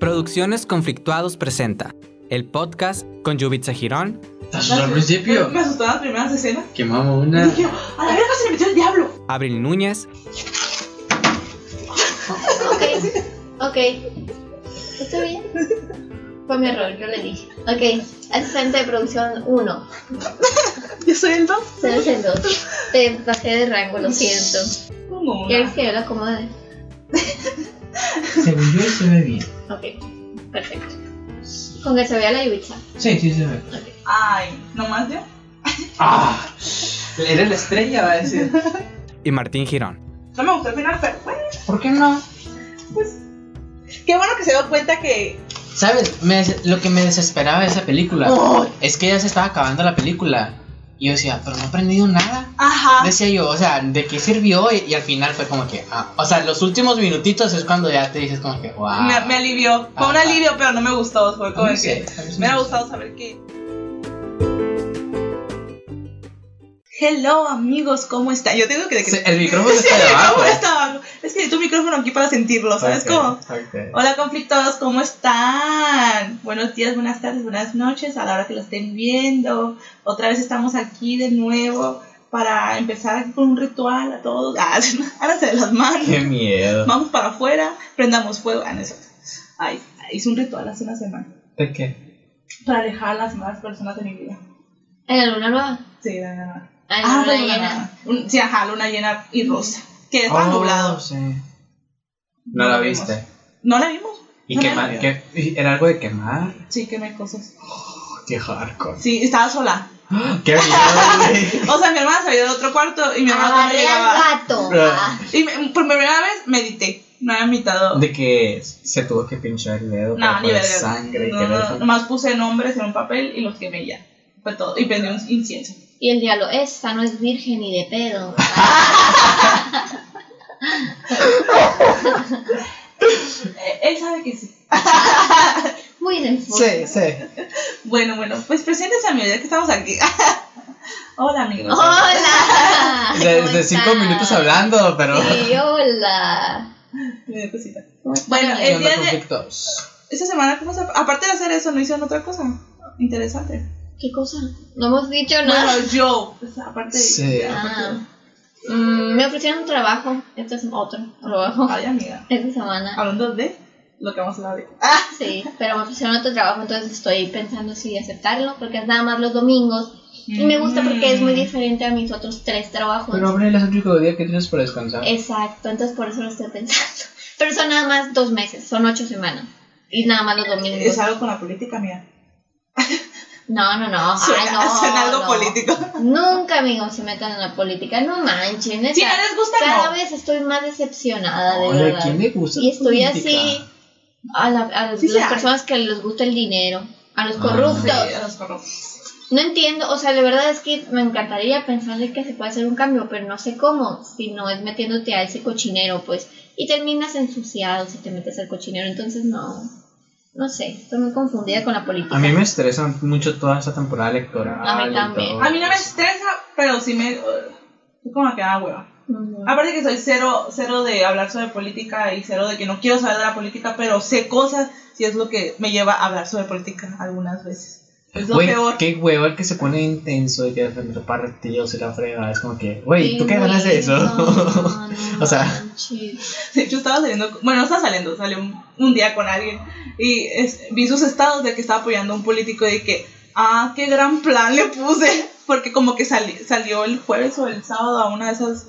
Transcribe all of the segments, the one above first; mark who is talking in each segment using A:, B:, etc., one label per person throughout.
A: Producciones Conflictuados presenta el podcast con Yubitsa Girón.
B: ¿Te asustó al principio?
C: Me asustaron las primeras escenas.
B: Quemamos
C: Y
B: una.
C: dije, a la verga se le metió el diablo.
A: Abril Núñez,
D: Ok, ok. Está bien. Fue mi error, yo le dije. Ok, asistente de producción 1.
C: Yo soy el dos.
D: Eres el 2. Te bajé de rango, lo siento.
C: No, no, no.
D: ¿Quieres que yo lo acomode?
B: Según yo, se ve bien.
D: Ok, perfecto. Con que se vea la yubicha.
B: Sí, sí, se ve.
C: Ay, nomás yo.
B: ¡Ah! Eres la estrella, va a decir.
A: y Martín Girón.
C: No me gustó el final, pero bueno.
B: ¿Por qué no?
C: Qué bueno que se dio cuenta que.
B: ¿Sabes? Me des- lo que me desesperaba de esa película
C: ¡Ay!
B: es que ya se estaba acabando la película. Y yo decía, pero no he aprendido nada.
C: Ajá.
B: Decía yo, o sea, ¿de qué sirvió? Y, y al final fue como que, ah, o sea, los últimos minutitos es cuando ya te dices como que, wow.
C: Me, me alivió. Fue un
B: Ajá.
C: alivio, pero no me gustó. Fue como
B: No
C: que.
B: sé, Ah. a mí sí
C: Me
B: me
C: ha
B: gustó.
C: gustado saber qué. Hello amigos, ¿cómo están? Yo tengo que
B: Sí, El micrófono
C: Sí,
B: está debajo.
C: ¿Cómo están? Es que tu micrófono aquí para sentirlo, ¿sabes
B: Ok,
C: cómo?
B: ok.
C: Hola conflictados, ¿cómo están? Buenos días, buenas tardes, buenas noches a la hora que lo estén viendo. Otra vez estamos aquí de nuevo para empezar aquí con un ritual a todos. Ah, ahora se las
B: Qué
C: manos.
B: miedo.
C: Vamos para afuera, prendamos fuego. Ah, no es cierto. Ay, hice un ritual hace una semana
B: ¿De qué?
C: para alejar a las malas personas de mi vida.
D: ¿En la luna nueva?
C: Sí, la verdad.
D: Ah,
C: Ah,
D: en la luna
C: luna
D: llena.
C: Un- Sí, ajá, luna llena y rosa. Que estaba
B: Oh,
C: nublado.
B: sí. No la viste.
C: No la vimos.
B: Y
C: No la
B: quemar.
C: vimos.
B: que- y era algo de quemar.
C: Sí, quemé cosas.
B: Qué hardcore.
C: Sí, estaba sola.
B: Qué miedo,
C: O sea, mi hermana se había ido a otro cuarto y mi hermana no
D: Agarré al
C: llegaba.
D: gato.
B: Bro.
D: Ah,
C: Y me- por primera vez medité. No había meditado.
B: güey. De que se tuvo que pinchar el dedo
C: No,
B: para
C: ni
B: poner
C: verga.
B: sangre y
C: No,
B: que
C: no,
B: ver-
C: Nomás puse nombres en un papel y los quemé ya. Fue todo. Y prendí un incienso.
D: Y el diablo, esta no es virgen ni de pedo.
C: Eh, él sabe que sí.
D: Muy del
B: Sí, sí.
C: Bueno, bueno, pues preséntese a mí, ya que estamos aquí. Hola, amigos.
D: Hola.
B: De,
D: ¿Cómo
B: de cinco
D: están?
B: minutos hablando, pero.
D: Sí, hola.
C: Me dio cosita. Bueno,
B: ¿Qué
C: el
B: onda,
C: día de.
B: conflictos?
C: Esta semana, ¿cómo se.? Aparte de hacer eso, ¿no hicieron otra cosa? Interesante.
D: ¿Qué cosa? No hemos dicho nada.
C: Bueno, yo. Pues, aparte de.
B: Sí.
D: Ah. Mm, me ofrecieron un trabajo. Este es otro trabajo.
C: Ay, amiga.
D: Esta semana.
C: Hablando de lo que vamos a hablar ahorita.
D: Sí, pero me ofrecieron otro trabajo, entonces estoy pensando si aceptarlo, porque es nada más los domingos. Y me gusta porque
C: Mm.
D: es muy diferente a mis otros tres trabajos.
B: Pero hombre, es el único día que tienes para descansar.
D: Exacto, entonces por eso lo estoy pensando. Pero son nada más dos meses, son ocho semanas. Y nada más los domingos.
C: Es algo con la política, mía.
D: No, no, no. Ay,
C: Suena,
D: Ah, no,
C: suena algo
D: no.
C: político.
D: Nunca, amigos, se metan en la política. No manchen. neta.
C: Si no les gusta,
D: Cada
C: no.
D: vez estoy más decepcionada, de
B: Oye,
D: verdad.
B: ¿quién le gusta?
D: Y
B: la
D: estoy
B: política?
D: así a, la- a
C: Sí,
D: las
C: sí,
D: personas que les gusta el dinero, a los
B: Ah.
D: corruptos.
C: Sí, a los corruptos.
D: No entiendo, o sea, la verdad es que me encantaría pensarle que se puede hacer un cambio, pero no sé cómo, si no es metiéndote a ese cochinero, pues, y terminas ensuciado si te metes al cochinero, entonces no, no sé, estoy muy confundida con la política.
B: A mí me estresa mucho toda esta temporada electoral.
D: A mí
B: y
D: también.
B: todo
C: A mí no me
B: eso.
C: estresa, pero sí me. Es como que da hueva.
D: Ujú.
B: Ah,
C: Aparte que soy cero, cero de hablar sobre política y cero de que no quiero saber de la política, pero sé cosas y es lo que me lleva a hablar sobre política algunas veces. Es lo
B: Güey,
C: peor.
B: qué huevo el que se pone intenso y que defender partidos y la frega. Es como que, güey, ¿tú qué
D: Sí,
B: ganas de
D: güey,
B: eso?
D: no, no
B: O sea.
D: manches.
C: De hecho, estaba saliendo, con- bueno, no estaba saliendo, salió un, un día con alguien y es- vi sus estados de que estaba apoyando a un político y que, ah, qué gran plan le puse, porque como que sali- salió el jueves o el sábado a una de esas,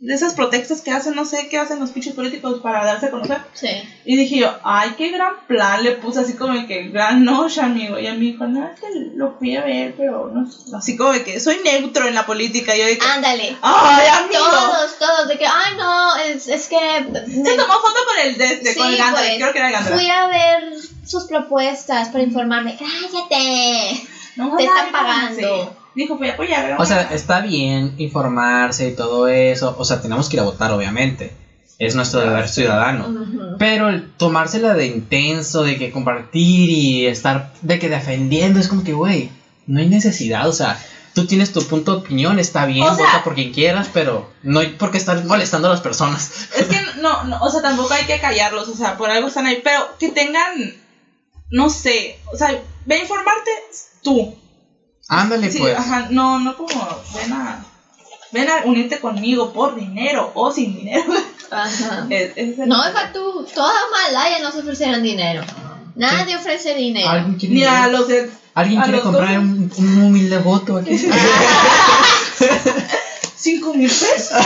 C: de esas protestas que hacen, no sé qué hacen los pinches políticos para darse a conocer.
D: Sí.
C: Y dije yo, ay, qué gran plan le puse, así como que gran noche, amigo. Y a mí dijo, no, es que lo fui a ver, pero no, sé". así como que soy neutro en la política. Y yo dije,
D: Ándale.
C: ay, amigo.
D: Todos, todos, de que, ay no, es, es que me
C: Se tomó foto con el de este, con el
D: Sí,
C: Gándara,
D: pues,
C: creo que era el Gándara.
D: Fui a ver sus propuestas para informarme. ¡Cállate!
C: No,
D: Te
C: nada,
D: están pagando.
C: sí. Dijo, "Pues voy a apoyar.
B: O sea, está bien informarse y todo eso. O sea, tenemos que ir a votar, obviamente. Es nuestro deber ciudadano.
D: Ujú.
B: Pero el tomársela de intenso, de que compartir y estar de que defendiendo, es como que, güey, no hay necesidad. O sea, tú tienes tu punto de opinión, está bien,
C: O sea-
B: vota por quien quieras, pero no hay por qué estar molestando a las personas.
C: es que no, no, o sea, tampoco hay que callarlos, o sea, por algo están ahí, pero que tengan, no sé, o sea, ve a informarte tú.
B: Ándale,
C: Sí,
B: pues.
C: ajá, no, no como, ven a, ven a unirte conmigo por dinero o sin dinero.
D: Ajá.
C: Es- ese es el-
D: No, deja tú, toda Malaya nos ofrecieron dinero. Nadie ofrece dinero.
B: ¿Alguien quiere,
C: Ni a los de-
B: ¿Alguien
C: a
B: quiere
C: los
B: comprar
C: dos-
B: un, un humilde voto ¿eh? aquí?
C: cinco mil pesos.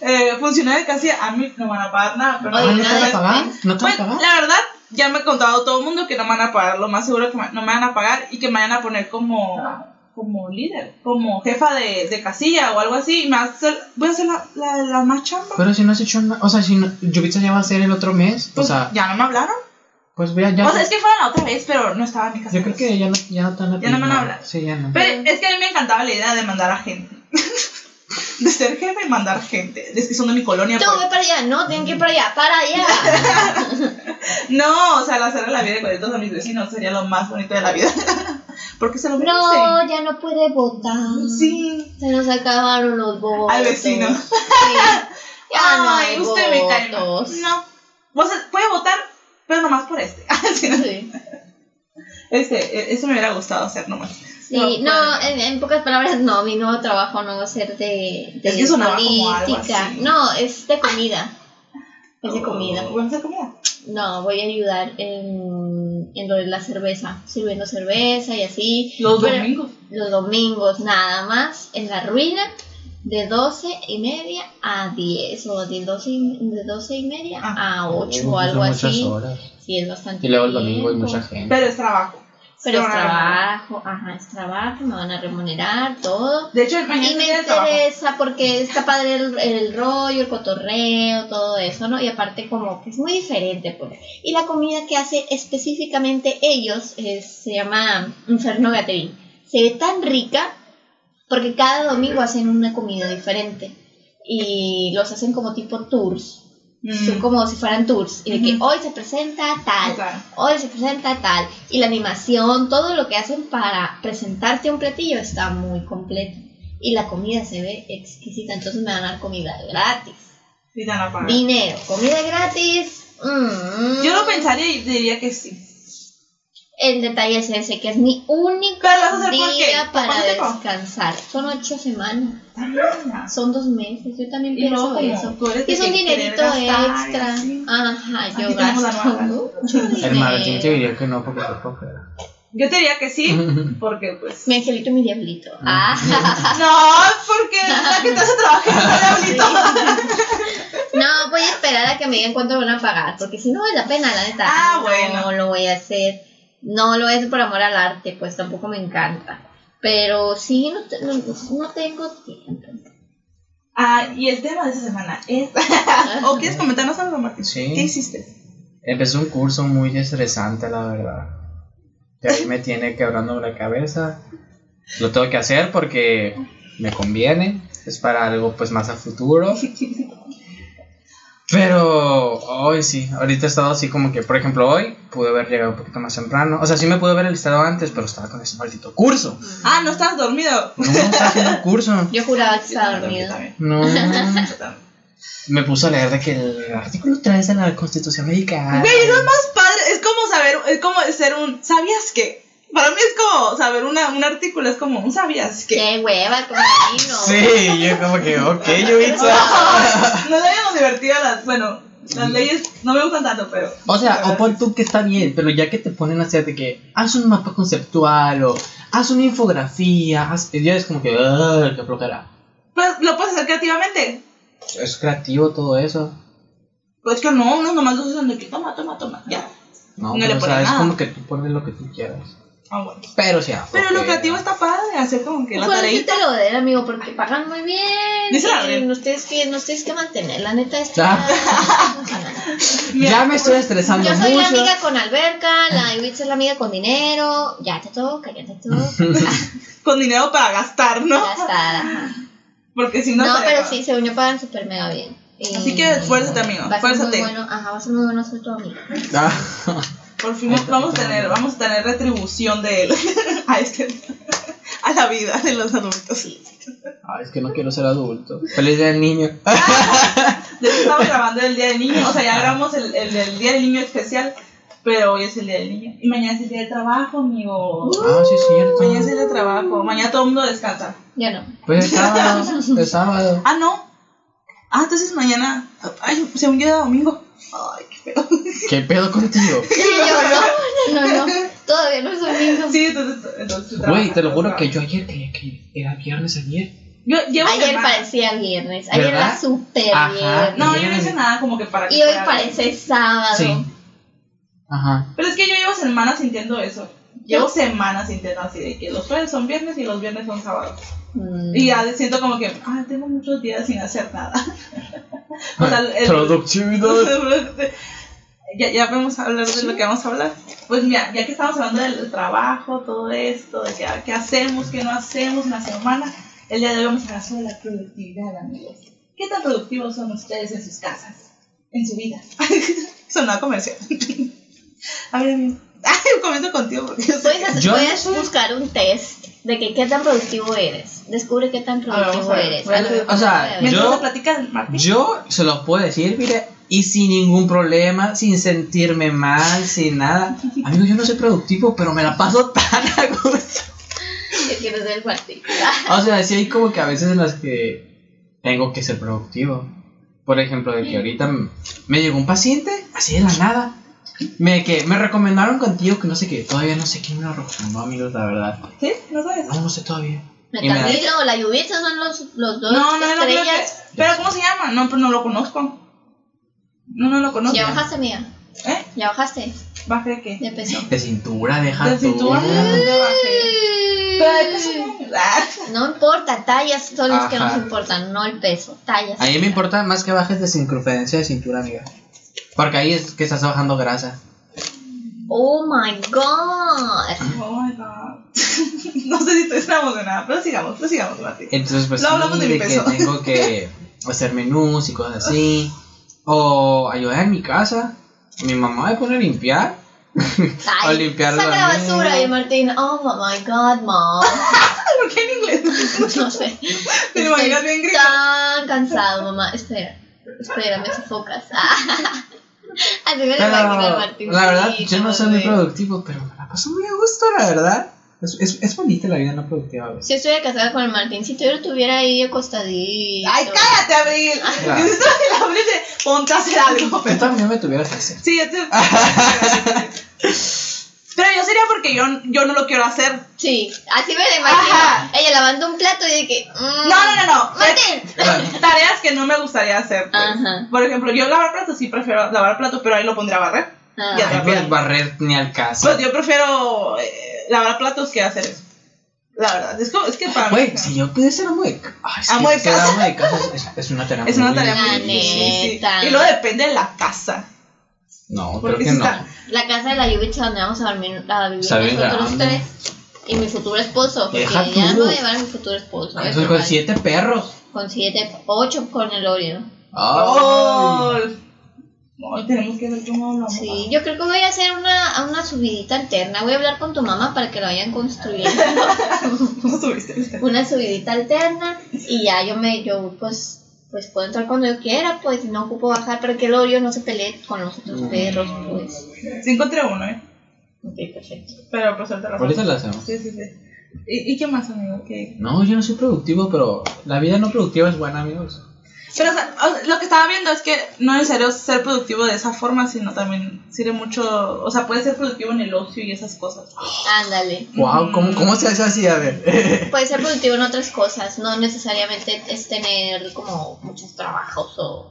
C: eh, funcionario que hacía, a mí no me van a pagar nada, pero
B: Ah, ¿No
D: Oye,
B: te
D: nada
B: van a
D: de
B: pagar? ¿No te van a
C: Pues,
B: pagar?
C: la verdad, ya me ha contado todo el mundo que no me van a pagar. Lo más seguro que me- no me van a pagar y que me van a poner como,
B: Ah.
C: como líder, como jefa de, de casilla o algo así. Y me va a hacer- voy a hacer la, la, la más chamba.
B: Pero si no has hecho nada, o sea, si no, Yubitsa ya va a ser el otro mes, Pues, o
C: Pues,
B: sea,
C: ya no me hablaron.
B: pues vea, ya.
C: O sea, es que fueron la otra vez, pero no estaba en mi casa.
B: Yo creo que ya no, ya no te van a
C: Ya no
B: pedir
C: me van a
B: nada.
C: hablar.
B: Sí, ya no.
C: Pero es que a mí me encantaba la idea de mandar a gente. de ser jefe y mandar gente. Es que son de mi colonia.
D: Tú
C: pues.
D: ve para allá, no, tienen que ir para allá, para allá.
C: No, o sea, hacerle la vida de cuentos a mis vecinos sería lo más bonito de la vida. Porque se lo merecen.
D: No, ya no puede votar.
C: Sí.
D: Se nos acabaron los votos.
C: Al vecino.
D: Sí. Ya no
C: Ay,
D: hay
C: usted me cae mal.
D: votos.
C: No. O sea, puede votar, pero nomás por este. Sí, no.
D: Sí.
C: este, eso me hubiera gustado hacer nomás.
D: Sí, no,
C: puede.
D: en, en pocas palabras, no, mi nuevo trabajo no va a ser de, de
C: Es que sonaba como algo
D: política.
C: así.
D: No, es de comida. Es de comida.
C: ¿Vamos a hacer comida?
D: No, voy a ayudar en, en lo de la cerveza, sirviendo cerveza y así.
C: Los
D: Pero
C: domingos.
D: Los domingos nada más, en la ruina, de 12 y media a 10, o de 12 y, de 12 y media
C: Ah.
D: a 8
B: Son
D: o algo
B: muchas
D: así.
B: horas.
D: Sí, es bastante.
B: Y luego el domingo hay
D: tiempo.
B: mucha gente.
C: Pero es trabajo.
D: Pero es
C: Pero bueno.
D: trabajo, ajá, es trabajo, me van a remunerar, todo.
C: De hecho, mañana
D: Y
C: es el
D: me
C: día del trabajo.
D: interesa porque está padre el, el rollo, el cotorreo, todo eso, ¿no? Y aparte como que es muy diferente, pues. Y la comida que hace específicamente ellos eh, se llama Inferno Gaterín. Se ve tan rica porque cada domingo hacen una comida diferente. Y los hacen como tipo tours.
C: Mm.
D: Son como si fueran tours. Y de que
C: Ujú.
D: hoy se presenta tal,
C: Claro.
D: hoy se presenta tal. Y la animación, todo lo que hacen para presentarte un platillo está muy completo. Y la comida se ve exquisita, entonces me van a dar comida gratis.
C: Y te van a pagar.
D: Dinero, comida gratis. mm.
C: Ah. Yo lo pensaría y diría que sí.
D: El detalle es ese, que es mi único
C: Pero lo vas a hacer por qué?
D: día
C: ¿Por
D: para
C: cuánto tiempo?
D: descansar. Son ocho semanas,
C: También.
D: son dos meses, yo también
C: Y
D: pienso
C: luego,
D: eso.
C: tú eres de
D: Es un
C: que querer
D: dinerito
C: gastar y
D: extra. Ah.
C: así.
D: Ajá, yo
C: Aquí tenemos la
D: gasto
C: nueva.
D: mucho
B: El Martín te
D: dinero.
B: diría que no porque se cogera.
C: Yo te diría que sí, porque pues.
D: Mi angelito y mi diablito. Ah,
C: No, porque la que te hace trabajar es el diablito.
D: no, voy a esperar a que me digan cuánto van a pagar, porque si no vale la pena, la neta.
C: Ah,
D: no
C: bueno.
D: lo voy a hacer. No lo voy a hacer por amor al arte, pues tampoco me encanta. Pero sí, no, te- no, no tengo tiempo.
C: Ah, y el tema de esta semana es. ¿O quieres comentarnos algo, Martín?
B: Sí.
C: ¿Qué hiciste?
B: Empezó un curso muy estresante, la verdad. Que ahí me tiene quebrando la cabeza. Lo tengo que hacer porque me conviene. Es para algo pues más a futuro. Pero hoy sí, ahorita he estado así como que, por ejemplo, hoy pude haber llegado un poquito más temprano. O sea, sí me pude haber alistado antes, pero estaba con ese maldito curso.
C: Ah, no estabas dormido.
B: No, estaba haciendo un curso.
D: Yo juraba que estaba
C: Yo también,
D: dormido.
C: yo
B: No.
C: también.
B: Me puso a leer de que el artículo 3 de la Constitución Mexicana.
C: Güey, eso es más padre. Es como saber, es como ser un. ¿Sabías qué? Para mí es como saber una, un artículo, es como un ¿sabías qué?
D: Qué hueva, como a mí, no.
B: Sí, yo como que, ok, yo
C: Nos habíamos divertido las. Bueno, las leyes no me gustan tanto, pero.
B: O sea, o pon tú que está bien, pero ya que te ponen a hacer de que haz un mapa conceptual o haz una infografía, haz, ya es como que, "Ugh, qué flojera.
C: Pues lo puedes hacer creativamente.
B: Es creativo todo eso.
C: Pues que no, unos nomás los usan de que toma, toma, toma. Ya.
B: No,
C: No
B: pero,
C: le
B: o
C: ponen
B: sea, es
C: nada.
B: como que tú pones lo que tú quieras.
C: Ah, bueno.
B: Pero o sea.
C: Pero lo
B: flojera.
C: creativo está padre, hacer como que la
D: Pues sí
C: tareita.
D: te lo den, amigo, porque pagan muy bien.
C: Dice la
D: Y
C: red.
D: nos tienes que, nos tienes que mantener. La neta es
B: Ah. Ya me estoy estresando
D: Yo soy la
B: mucho.
D: amiga con alberca, la Ibitz es la amiga con dinero. Ya te toca, ya te toca.
C: Con dinero para gastar, ¿no?
D: Gastada. ajá.
C: Porque si no.
D: No,
C: te-
D: pero sí, según yo pagan súper mega bien. Y
C: Así que esfuérzate, amigo,
D: Va a ser muy
C: esfuérzate.
D: bueno, ajá, va a ser muy bueno ser tu amiga.
B: Ah,
C: Por fin vamos a tener, vamos a tener retribución de él a este a la vida de los adultos.
B: ah, es que no quiero ser adulto. Feliz día del niño.
C: De hecho, estamos grabando el Día del Niño. O sea, ya grabamos el, el del Día del Niño especial. Pero hoy es el Día del Niño. Y mañana es el Día del Trabajo, amigo.
B: Ah, sí, es
C: Mañana Uh, es el
B: cierto.
C: Día del Trabajo. Mañana todo el mundo descansa.
D: Ya no.
B: Pues es sábado, es sábado.
C: Ah, no. Ah, entonces mañana. Ay, según yo era domingo. Ay, qué feo.
B: ¿Qué pedo contigo?
D: Sí, yo no. No, no. Todavía no es domingo.
C: Sí, entonces. entonces
B: Güey, te lo juro
C: trabaja.
B: que yo ayer creía que era viernes ayer.
C: Yo llevo
D: Ayer
C: semana-
D: parecía viernes. Ayer
B: ¿Verdad?
D: era súper
B: Ajá.
D: viernes.
C: No, yo no hice nada como que para que
D: Y hoy
C: fuera-
D: parece sábado.
B: Sí. Ajá.
C: Pero es que yo llevo semanas sintiendo eso. Llevo semanas sintiendo así de que los jueves son viernes y los viernes son sábados.
D: Mm.
C: Y ya siento como que, ah, tengo muchos días sin hacer nada. o sea, el-
B: Productividad.
C: ya, ya vamos a hablar de lo que vamos a hablar. Pues mira, ya que estamos hablando del trabajo, todo esto, de qué, qué hacemos, qué no hacemos en la semana, el día de hoy vamos a hablar sobre la productividad, amigos. ¿Qué tan productivos son ustedes en sus casas? En su vida. Sonaba comercial. a ver, amigo. Ay, comento contigo porque yo soy.
D: Puedes,
B: Yo
D: puedes buscar un test de que qué tan productivo eres. Descubre qué tan
C: A ver, Ah, vamos
D: productivo
C: a ver,
D: eres.
C: voy a leer.
B: O sea,
D: Yo-
C: Mientras
B: Yo-
C: se platica el Martín.
B: Yo se los puedo decir, mire, y sin ningún problema, sin sentirme mal, sin nada. Amigo, yo no soy productivo, pero me la paso tan a gusto.
D: yo quiero ser Martín.
B: O sea, sí hay como que a veces en las que tengo que ser productivo. Por ejemplo, de que ahorita m- me llegó un paciente, así de la nada. Me, que, me recomendaron contigo que no sé qué, todavía no sé quién me lo recomendó, amigos, la verdad.
C: ¿Sí? ¿No sabes?
B: No, no sé todavía. Y me-
D: Metamilo o la lluvia son los, los dos
C: No, no, no creo que.
D: estrellas.
C: ¿Pero cómo se llama? No, pero no lo conozco. No, no lo conozco.
D: ya bajaste, amiga.
C: ¿Eh?
D: Ya bajaste
C: ¿Bajé de qué?
D: de peso.
B: De cintura, deja
C: De
B: tú.
C: cintura. No bajé. Pero de peso no. Ah,
D: No importa, tallas son las que
B: Ajá.
D: nos importan, no el peso. Tallas.
B: A mí me importa más que bajes de circunferencia de cintura, amiga. Porque ahí es que estás bajando grasa.
D: Oh my god.
C: Oh my god. no sé si estoy emocionada, pero sigamos, pero sigamos, Mati.
B: Entonces, pues,
C: No hablamos
B: sí,
C: de mi
B: que
C: peso.
B: tengo que hacer menús y cosas así. O ayudar en mi casa. Mi mamá me pone a limpiar. o
D: Ay,
B: limpiar
D: saca la
B: también.
D: basura y Martín. Oh my god, mom.
C: ¿Por qué en inglés?
D: No sé.
C: Te lo imaginas bien
D: Estoy
C: gringo.
D: tan cansado, mamá. Espera, espera, me sofocas. Así me lo
B: Pero,
D: imagino al Martín.
B: la verdad,
D: Sí,
B: yo no soy muy
D: güey.
B: productivo, pero me la paso muy a gusto, la verdad. Es, es, es bonita la vida no productiva pues. a veces.
D: Si estuviera casada con el Martín, si tú lo tuviera ahí acostadito.
C: Ay, cállate, Abril.
B: Claro.
C: Yo siento que la Abril de ponte a hacer algo.
B: Pero también me tuviera que hacer.
C: Sí, yo te. Pero yo sería porque yo, yo no lo quiero hacer.
D: Sí, así me lo imagino.
C: Ajá.
D: Ella lavando un plato y de que. mm,
C: No, no, no, no. Eh,
D: Martín.
C: Tareas que no me gustaría hacer. pues.
D: Ajá.
C: Por ejemplo, yo lavar platos sí prefiero lavar platos, pero ahí lo pondré a barrer.
D: Ah,
C: Ya.
B: Ay, pues, barrer ni al caso.
C: Pues yo prefiero eh, lavar platos que hacer eso. La verdad, es, como- es que para mí.
B: Güey, si yo pudiese ser amo de casa. Ay, sí,
C: Amo de
B: ser
C: casa.
B: amo de casa es- es, es una tarea
C: Es una tarea
D: La
C: muy difícil.
D: neta.
C: sí. Y luego depende de la casa.
B: No, creo
C: Porque
B: que
C: si
B: no.
C: está-
D: La casa de la lluvia donde vamos a dormir a vivir
B: Saben
D: nosotros
B: grande.
D: tres. Y mi futuro esposo, porque
B: Deja
D: ya
B: tú.
D: no va a llevar a mi futuro esposo.
B: Eso
D: eso
B: con
D: vale.
B: siete perros.
D: Con siete, ocho con el Oreo.
C: ¡Oh! No, tenemos que ver cómo hablamos.
D: Sí, yo creo que voy a hacer una, una subidita alterna. Voy a hablar con tu mamá para que la vayan construyendo.
C: ¿Cómo subiste el tema?
D: una subidita alterna y ya yo me, yo pues, pues puedo entrar cuando yo quiera, pues no ocupo bajar, pero que el Oreo no se pelee con los otros
B: Mm.
D: perros, pues.
C: Sí, encontré uno, ¿eh?
D: Ok, perfecto.
C: Pero pues ahorita lo
B: Ahorita
C: hacemos.
B: lo hacemos.
C: Sí, sí, sí. ¿Y, y qué más, amigo? ¿Qué?
B: No, yo no soy productivo, pero la vida no productiva es buena, amigos.
C: Pero o sea, o sea, lo que estaba viendo es que no es necesario ser productivo de esa forma, sino también sirve mucho. O sea, puedes ser productivo en el ocio y esas cosas.
D: Ándale.
C: Mm.
B: Wow, ¿cómo, cómo se hace así? A ver.
D: Puede ser productivo en otras cosas, no necesariamente es tener como muchos trabajos o,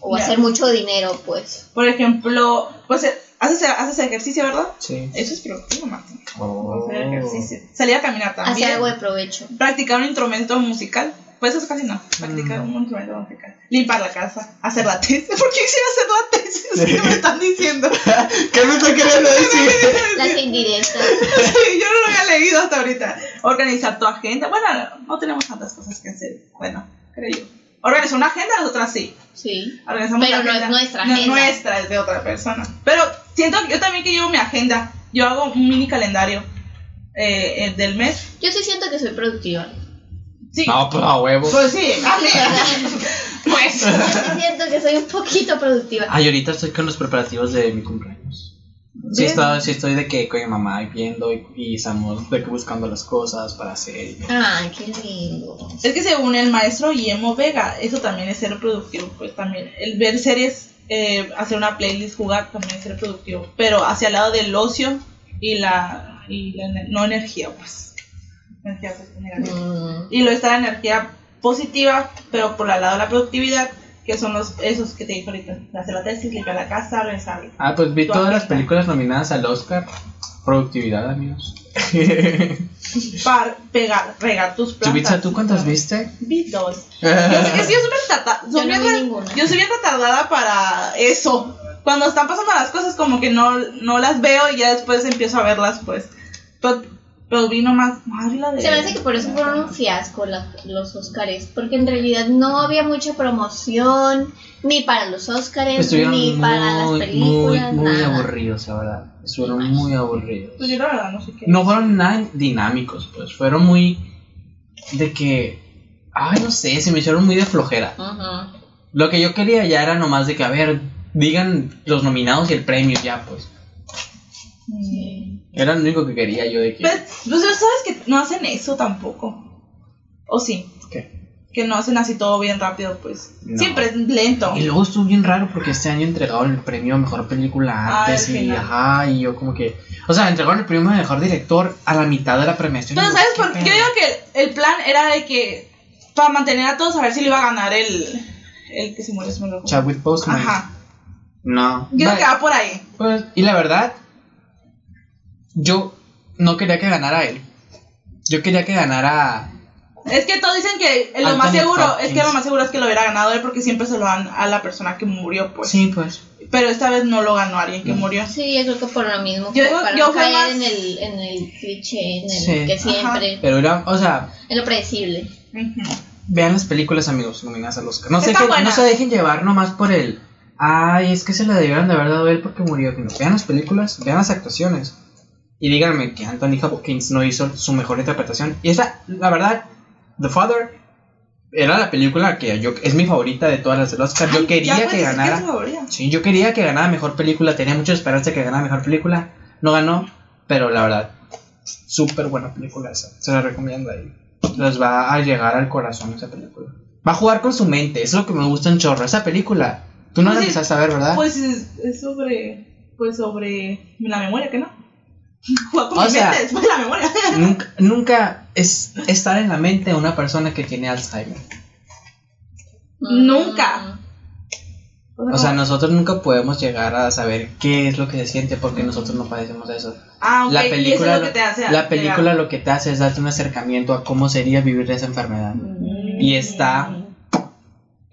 D: o
C: Ya.
D: hacer mucho dinero, pues.
C: Por ejemplo, pues eh, haces, haces ejercicio, ¿verdad?
B: Sí.
C: Eso es productivo, Martín.
B: Oh.
C: Hacer ejercicio. Salir a caminar
D: Hacer
C: también.
D: algo de provecho.
C: Practicar un instrumento musical. Pues eso casi no. Practicar
B: Mm.
C: un instrumento musical. Limpiar la casa. Hacer la tesis. ¿Por qué quisiera hacer la tesis? ¿Qué me están diciendo?
B: ¿Qué me está queriendo decir?
D: Las indirectas.
C: Yo no lo había leído hasta ahorita. Organizar tu agenda. Bueno, no tenemos tantas cosas que hacer. Bueno, creo yo. Organizar una agenda, nosotras sí.
D: Sí.
C: Organizamos la
D: Pero no es
C: agenda.
D: nuestra
C: No es
D: agenda.
C: nuestra, es de otra persona. Pero siento que yo también que llevo mi agenda. Yo hago un mini calendario eh, eh, del mes.
D: Yo sí siento que soy productiva.
C: Sí.
B: Ah, No, pues a huevo.
C: Pues sí, así. pues.
D: Sí siento que soy un poquito productiva.
B: Ay, ahorita estoy con los preparativos de mi cumpleaños. Sí,
D: Bien.
B: estoy, sí estoy de que con mi mamá y viendo y, y estamos de que buscando las cosas para hacer.
D: Ay, qué lindo.
C: Es que según el maestro Guillermo Vega, eso también es ser productivo, pues también. El ver series, eh, hacer una playlist, jugar también es ser productivo, pero hacia el lado del ocio y la, y la ener- no energía, pues. Energía pues, negativa.
D: Mm.
C: Y lo está la energía positiva, pero por el lado de la productividad, que son los esos que te dije ahorita: hacer la tesis, limpiar la casa, organizar.
B: Ah, pues vi
C: Tu
B: todas las
C: agenda.
B: películas nominadas al Oscar. Productividad, amigos.
C: Para pegar, regar tus plantas.
B: Chubitza, ¿tú cuántas viste?
C: Vi dos. Yo sé que sí, yo súper tata- soy
D: Yo no
C: bien
D: vi
C: re-
D: ninguna.
C: Yo soy bien retardada para eso. Cuando están pasando las cosas, como que no, no las veo y ya después empiezo a verlas, pues. Pero, pero vi nomás. Madre la de.
D: Se me hace que por eso fueron un fiasco la- los Óscares, porque en realidad no había mucha promoción ni para los Óscares,
B: Estuvieron
D: ni para las
B: muy, muy,
D: películas,
B: muy
D: nada.
B: aburridos, la verdad. Estuvieron muy aburridos.
C: Pues yo la verdad no sé qué.
B: no fueron nada dinámicos, pues fueron muy de que, ay, no sé, se me echaron muy de flojera.
D: Ujú.
B: Lo que yo quería ya era nomás de que, a ver, digan los nominados y el premio ya, pues.
C: Mm.
B: Era lo único que quería yo de que...
C: Pero, pues pero sabes que no hacen eso tampoco. O sí,
B: ¿Qué?
C: que no hacen así todo bien rápido, pues.
B: No.
C: Siempre es lento.
B: Y luego estuvo bien raro porque este año entregaron el premio a mejor película
C: Ah,
B: antes
C: al
B: y
C: final.
B: ajá, y yo como que... O sea, entregaron el premio a mejor director a la mitad de la premiación.
C: Pero
B: y yo,
C: ¿sabes
B: ¿qué
C: por qué? Yo
B: pedo?
C: digo que el plan era de que para mantener a todos a ver si le iba a ganar el, el que se muere se me lo
B: Chadwick Boseman.
C: Ajá.
B: No.
C: Yo creo
B: Vale.
C: que va por ahí.
B: Pues, y la verdad, yo no quería que ganara él. Yo quería que ganara.
C: Es que todos dicen que lo
B: Anthony
C: más seguro, es que
B: Hopkins.
C: lo más seguro es que lo hubiera ganado él porque siempre se lo dan a la persona que murió, pues.
B: Sí, pues.
C: Pero esta vez no lo ganó alguien que
B: Mm.
C: murió.
D: Sí, yo creo que por lo mismo,
C: Yo-
D: para
C: yo
D: no
C: fui
D: caer
C: más-
D: en, el, en el cliché, en el
B: Sí.
D: que
C: Ajá.
D: siempre,
B: Pero era, o sea,
D: en lo predecible.
C: Ujú.
B: vean las películas, amigos, nominadas al Oscar. No se,
C: Está
B: dejen-
C: buena.
B: no se dejen llevar nomás por él. Ay, es que se la debieron de haber dado a él porque murió. Que no. Vean las películas, vean las actuaciones. Y díganme que Anthony Hopkins no hizo su mejor interpretación. Y esa, la verdad, The Father era la película que yo es mi favorita de todas las del Oscar. Yo
C: Ay, ya
B: quería
C: puedes
B: que
C: decir
B: ganara.
C: es su favorita.
B: Sí, yo quería que ganara mejor película, tenía mucha esperanza de que ganara mejor película. No ganó, pero la verdad, súper buena película esa. Se la recomiendo ahí. Les va a llegar al corazón esa película. Va a jugar con su mente, es lo que me gusta en chorro. Esa película, tú no
C: Pues
B: la
C: sí.
B: empezaste a ver, ¿verdad?
C: Pues es, es sobre pues sobre la memoria, que no? Juega con
B: O
C: mi
B: sea-
C: mente después de la memoria.
B: Nunca, nunca es estar en la mente de una persona que tiene Alzheimer.
C: Nunca.
B: O sea, nosotros nunca podemos llegar a saber qué es lo que se siente porque nosotros no padecemos de eso.
C: ah, ok,
B: la
C: y eso es
B: película,
C: lo que te hace
B: la película
C: llegar.
B: lo que te hace es darte un acercamiento a cómo sería vivir esa enfermedad.
D: Mm.
B: y está-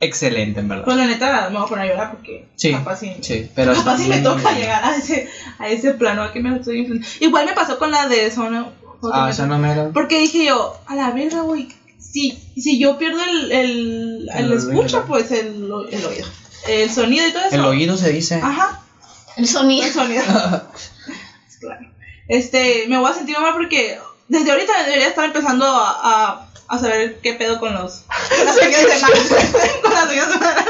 B: Excelente, en verdad.
C: Pues la neta, me voy a poner a llorar porque
B: Sí,
C: capaz sí.
B: sí, pero
C: Capaz
B: está
C: si me
B: muy
C: toca
B: bien.
C: llegar a ese, a ese plano a que me estoy enfrentando. Igual me pasó con la de Sono.
B: Ah, eso no me era-
C: Porque dije yo, a la verga, güey. Si, si yo pierdo el, el,
B: El
C: el
B: oído.
C: escucha, pues el, o- el oído. El sonido y todo eso.
B: El oído se dice.
C: Ajá,
D: El sonido.
C: el sonido. claro. Este, me voy a sentir mal porque desde ahorita debería estar empezando a, a, a saber qué pedo con los. Con las señas de manos. con las señas de manos.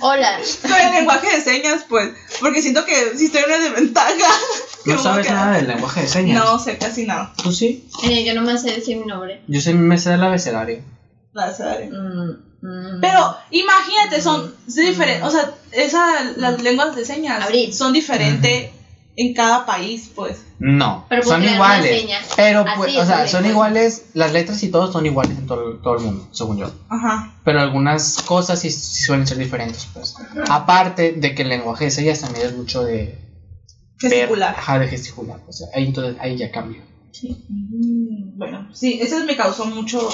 D: Hola.
C: con el lenguaje de señas, pues, porque siento que si estoy en una desventaja. que
B: no
C: me
B: sabes
C: voy a
B: nada
C: quedar-
B: del lenguaje de señas.
C: No sé casi nada.
B: ¿Tú sí?
D: Eh, yo no me sé decir mi nombre.
B: Yo sí me sé el abecedario.
C: Nada, sabe.
D: Mm, mm.
C: Pero imagínate, son diferentes, o sea, esa, las lenguas de señas
D: Abrir.
C: son diferentes en cada país, pues.
B: No,
D: Pero puedo
B: son
D: crear una
B: iguales.
D: seña.
B: Pero,
D: Así
B: pues,
D: es
B: o sea,
D: el
B: son
D: lenguaje.
B: iguales. Las letras y todo son iguales en todo, todo el mundo, según yo.
C: Ajá.
B: Pero algunas cosas sí, sí suelen ser diferentes, pues. Aparte de que el lenguaje de señas también es mucho de. ver-
C: Gesticular.
B: Ajá, de gesticular. O sea, ahí, entonces, ahí ya cambia.
C: Mm, Bueno, sí, eso me causó mucho,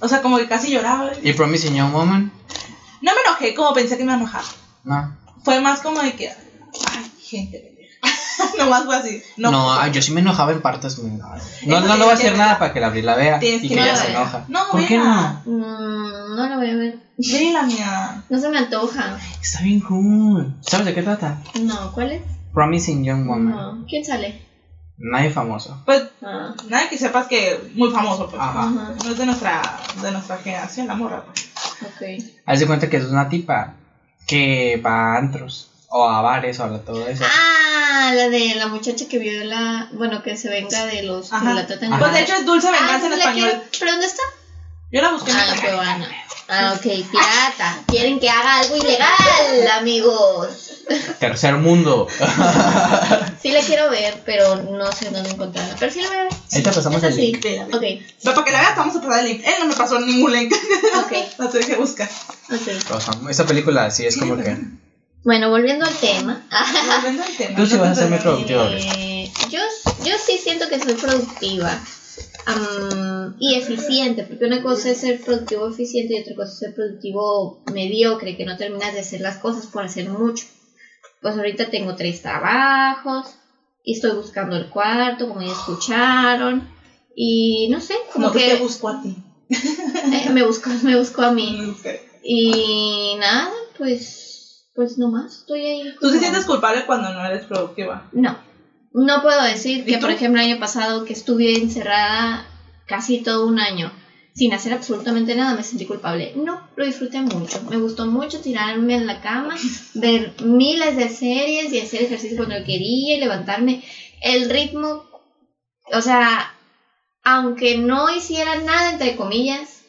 C: o sea, como que casi lloraba.
B: ¿Y Promising Young Woman?
C: No me enojé como pensé que me iba a enojar.
B: No.
C: Fue más como de que, ay, gente. pendeja. Nomás fue así.
B: No,
C: No, pues,
B: ay, yo sí me enojaba en partes. No, no,
C: que
B: no le voy a
C: tienes que
B: hacer nada
C: ver.
B: para que la Abril la vea
C: Tienes
B: y
C: que
B: que ella
D: verla.
B: se enoja.
C: No,
B: ¿Por qué no?
C: vela.
D: Mm, no la voy a ver.
C: Ve la mía.
D: No se me antoja.
B: Está bien cool. ¿Sabes de qué trata?
D: No, ¿cuál es?
B: Promising Young Woman.
D: No. ¿Quién sale?
B: Nadie famoso.
C: Pues
D: Ah.
C: Nada que sepas que muy famoso, pues.
B: Ajá.
D: Ajá.
C: No es de nuestra, de nuestra generación, la morra, pues.
D: Ok.
B: Haz de cuenta que es una tipa que va a antros o a bares o a todo eso.
D: Ah, la de la muchacha que viola, bueno, que se venga de los que
C: Ajá.
D: la tratan
B: Ajá.
C: Pues de hecho es dulce
D: Ah,
C: venganza en
D: sí la
C: español.
D: quiero. ¿Pero dónde está?
C: Yo la busqué en
D: Ah, la
C: internet.
D: cuevana. Ah, ok, pirata. Quieren que haga algo ilegal, amigos.
C: Ah.
B: Tercer mundo.
D: Sí la quiero ver, pero no sé dónde encontrarla. Pero sí la voy a ver.
B: Ahí te pasamos
D: Esa
B: el
D: sí.
B: link.
C: Espérame.
D: Ok,
C: Pero para que la veas, te vamos a pasar el link. Él no me pasó ningún link.
D: ok,
C: la tuve que buscar.
D: ok.
B: O sea, esa película sí es como que.
D: Bueno, volviendo al tema.
C: Volviendo al tema.
B: Tú sí vas a ser mi
C: Entonces,
B: productiva.
D: Eh, yo, yo sí siento que soy productiva am, y eficiente, porque una cosa es ser productivo eficiente y otra cosa es ser productivo mediocre, que no terminas de hacer las cosas por hacer mucho. Pues ahorita tengo tres trabajos y estoy buscando el cuarto, como ya escucharon. Y no sé, como
C: Como que te
D: que
C: busco a ti.
D: eh, me busco me busco a mí.
C: Tú
D: Y nada, pues, pues nomás estoy ahí.
C: te
D: como-
C: sientes culpable cuando no eres productiva.
D: no, no puedo decir
C: ¿Y
D: que,
C: tú?
D: por ejemplo, el año pasado que estuve encerrada casi todo un año sin hacer absolutamente nada, me sentí culpable. No, lo disfruté mucho. Me gustó mucho tirarme en la cama, ver miles de series y hacer ejercicio cuando yo quería y levantarme. El ritmo, o sea, aunque no hiciera nada, entre comillas,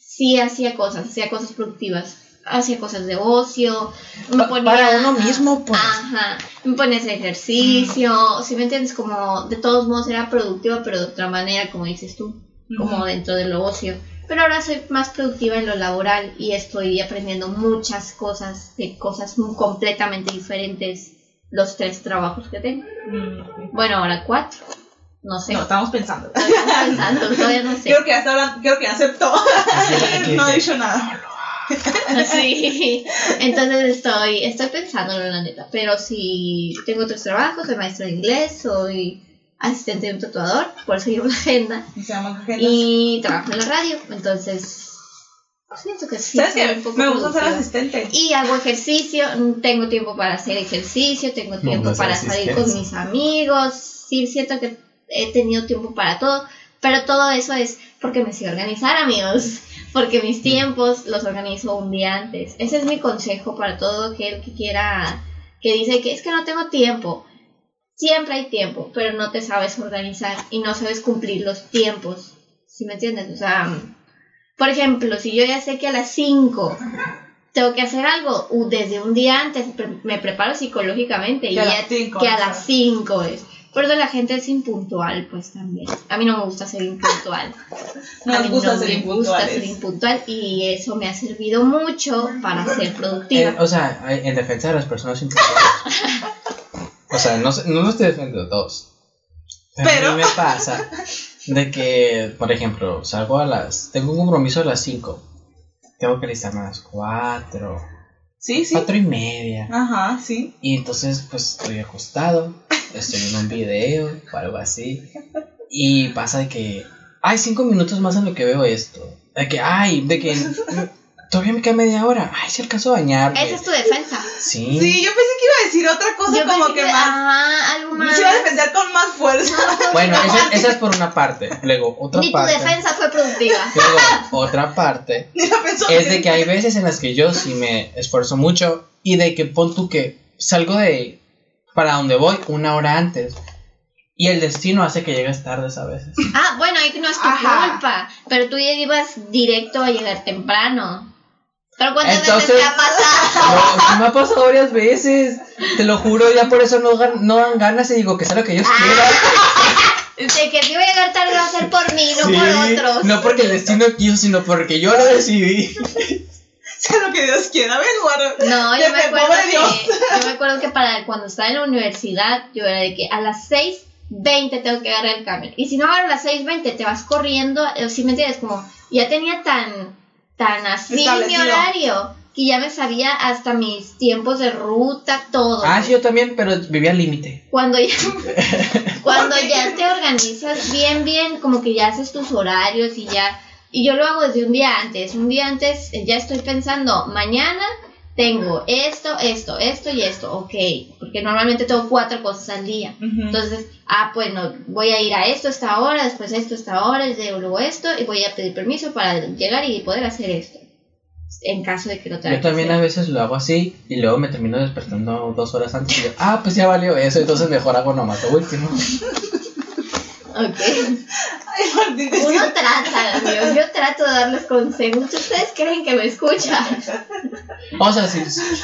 D: sí hacía cosas, hacía cosas productivas. Hacía cosas de ocio. me
B: Pa-
D: ponía-
B: para uno mismo, pues.
D: Ajá, me pones ejercicio, si me entiendes, como de todos modos era productiva, pero de otra manera, como dices tú, como dentro de lo ocio. Pero ahora soy más productiva en lo laboral y estoy aprendiendo muchas cosas de cosas muy completamente diferentes los tres trabajos que tengo.
C: Mm.
D: Bueno, ahora cuatro, no sé.
C: No, estamos pensando.
D: todavía estoy pensando, todavía no sé.
C: Creo que hasta ahora, creo que aceptó.
B: Ah, Así es, aquí
C: no ha
B: dice.
C: dicho nada.
D: Sí. Entonces estoy, estoy pensándolo, la neta. Pero si tengo otros trabajos, soy maestra de inglés, soy asistente de un tatuador, por eso llevo la agenda.
C: Seamos agendas.
D: Y trabajo en la radio, entonces pues, siento que sí.
C: ¿Sabes
D: soy
C: qué?
D: un poco
C: Me gusta ser
D: productiva.
C: asistente.
D: Y hago ejercicio, mm, tengo tiempo para hacer ejercicio, tengo tiempo
B: gusta
D: para
B: ser
D: salir con
B: asistente.
D: mis amigos, sí siento que he tenido tiempo para todo, pero todo eso es porque me sé organizar amigos, porque mis tiempos los organizo un día antes. Ese es mi consejo para todo aquel que quiera, que dice que es que no tengo tiempo. Siempre hay tiempo, pero no te sabes organizar y no sabes cumplir los tiempos. ¿Sí me entiendes? O sea, por ejemplo, si yo ya sé que a las 5 tengo que hacer algo, u- desde un día antes pre- me preparo psicológicamente y
C: Que a
D: ya-
C: las cinco,
D: que a
C: o sea.
D: las 5 es. Por eso la gente es impuntual, pues también. A mí no me gusta ser impuntual.
C: No
D: A
C: nos
D: mí
C: gusta
D: no
C: ser
D: me gusta ser
C: impuntuales.
D: impuntual y eso me ha servido mucho para ser
B: Eh,
D: productiva.
B: o sea, hay- en defensa de las personas implicadas. o sea, no, sé- no me estoy defendiendo a todos. Pero a
C: Pero-
B: mí me pasa de que, por ejemplo, salgo a las. Tengo un compromiso a las 5. Tengo que listarme a las 4.
C: Sí, sí.
B: 4 y media.
C: Ajá, sí.
B: Y entonces, pues estoy acostado, estoy viendo un video o algo así. Y pasa de que, ay, cinco minutos más en lo que veo esto. De que, ay, de que mm, todavía me queda media hora. Ay, se alcanzó a bañar.
D: Esa es tu defensa.
B: Sí.
C: Sí, yo pensé que iba a decir otra cosa
D: Yo
C: como
D: pensé
C: que, más.
D: pues, Ajá, algo más.
C: Se iba a defender con más fuerza.
B: Bueno, esa, esa es por una parte. Luego, otra
D: Ni tu
B: parte.
D: defensa fue productiva.
B: Luego, otra parte.
C: Ni la pensó.
B: es de que hay veces en las que yo sí me esfuerzo mucho y de que pon tú que salgo de para donde voy una hora antes y el destino hace que llegues tarde a veces.
D: Ah, bueno, ahí no es tu
C: Ajá.
D: culpa. Pero tú ya ibas directo a llegar temprano. Pero ¿cuántas veces
B: Entonces-
D: te ha pasado?
B: No, sí me ha pasado varias veces. Te lo juro, ya por eso no, gan- no dan ganas y digo que sea lo que ellos quieran.
D: De que si voy a llegar tarde va a ser por mí, Ah, no
B: Sí,
D: por otros.
B: no porque el destino quiso, sino porque yo lo decidí.
C: Sea lo que Dios quiera, ven, guarda.
D: No, yo
C: Que
D: me,
C: me
D: acuerdo
C: pobre
D: que,
C: Dios.
D: yo me acuerdo que para cuando estaba en la universidad, yo era de que a las 6.20 tengo que agarrar el camión. Y si no agarro a las 6.20, te vas corriendo, eh, si me entiendes, como ya tenía tan, tan así mi
C: Establecido.
D: horario que ya me sabía hasta mis tiempos de ruta, todo.
B: Ah, sí, yo también, pero vivía al límite.
D: Cuando ya, cuando
C: ¿Por qué?
D: ya te organizas bien, bien, como que ya haces tus horarios y ya. Y yo lo hago desde un día antes. Un día antes eh, ya estoy pensando, mañana tengo esto, esto, esto y esto. Ok, porque normalmente tengo cuatro cosas al día. Entonces, ah, pues no, voy a ir a esto esta hora, después esto esta hora, y luego esto, y voy a pedir permiso para llegar y poder hacer esto. en caso de que lo tenga
B: Yo
D: que
B: también a
D: hacer.
B: veces lo hago así y luego me termino despertando dos horas antes y yo, ah, pues ya valió eso, entonces mejor hago nomás lo último.
D: Ok.
C: Ay, Martín, es que-
D: Uno trata, amigos. Yo trato de darles consejos. Ustedes creen que me escuchan.
B: O sea, si, si, los,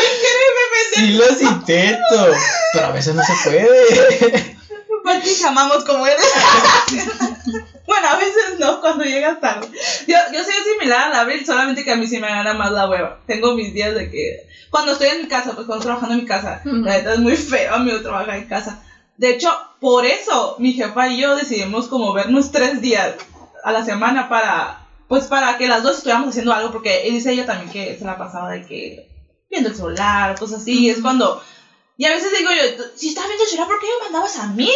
C: Créeme,
B: si los intento, pero a veces no se puede.
C: me Martín, te amamos Pues como eres. bueno, a veces no, cuando llegas tarde. Yo, yo soy similar a Abril, solamente que a mí sí me gana más la hueva. Tengo mis días de que. Cuando estoy en mi casa, pues cuando trabajando en mi casa,
D: Ujú.
C: la neta es muy feo, amigo, trabajar en casa. De hecho, por eso mi jefa y yo decidimos como vernos tres días a la semana para. Pues para que las dos estuviéramos haciendo algo, porque dice ella también que se la pasaba de que viendo el celular, cosas así, y es cuando. Y a veces digo yo, si estás viendo el celular, ¿por qué me mandabas a mí?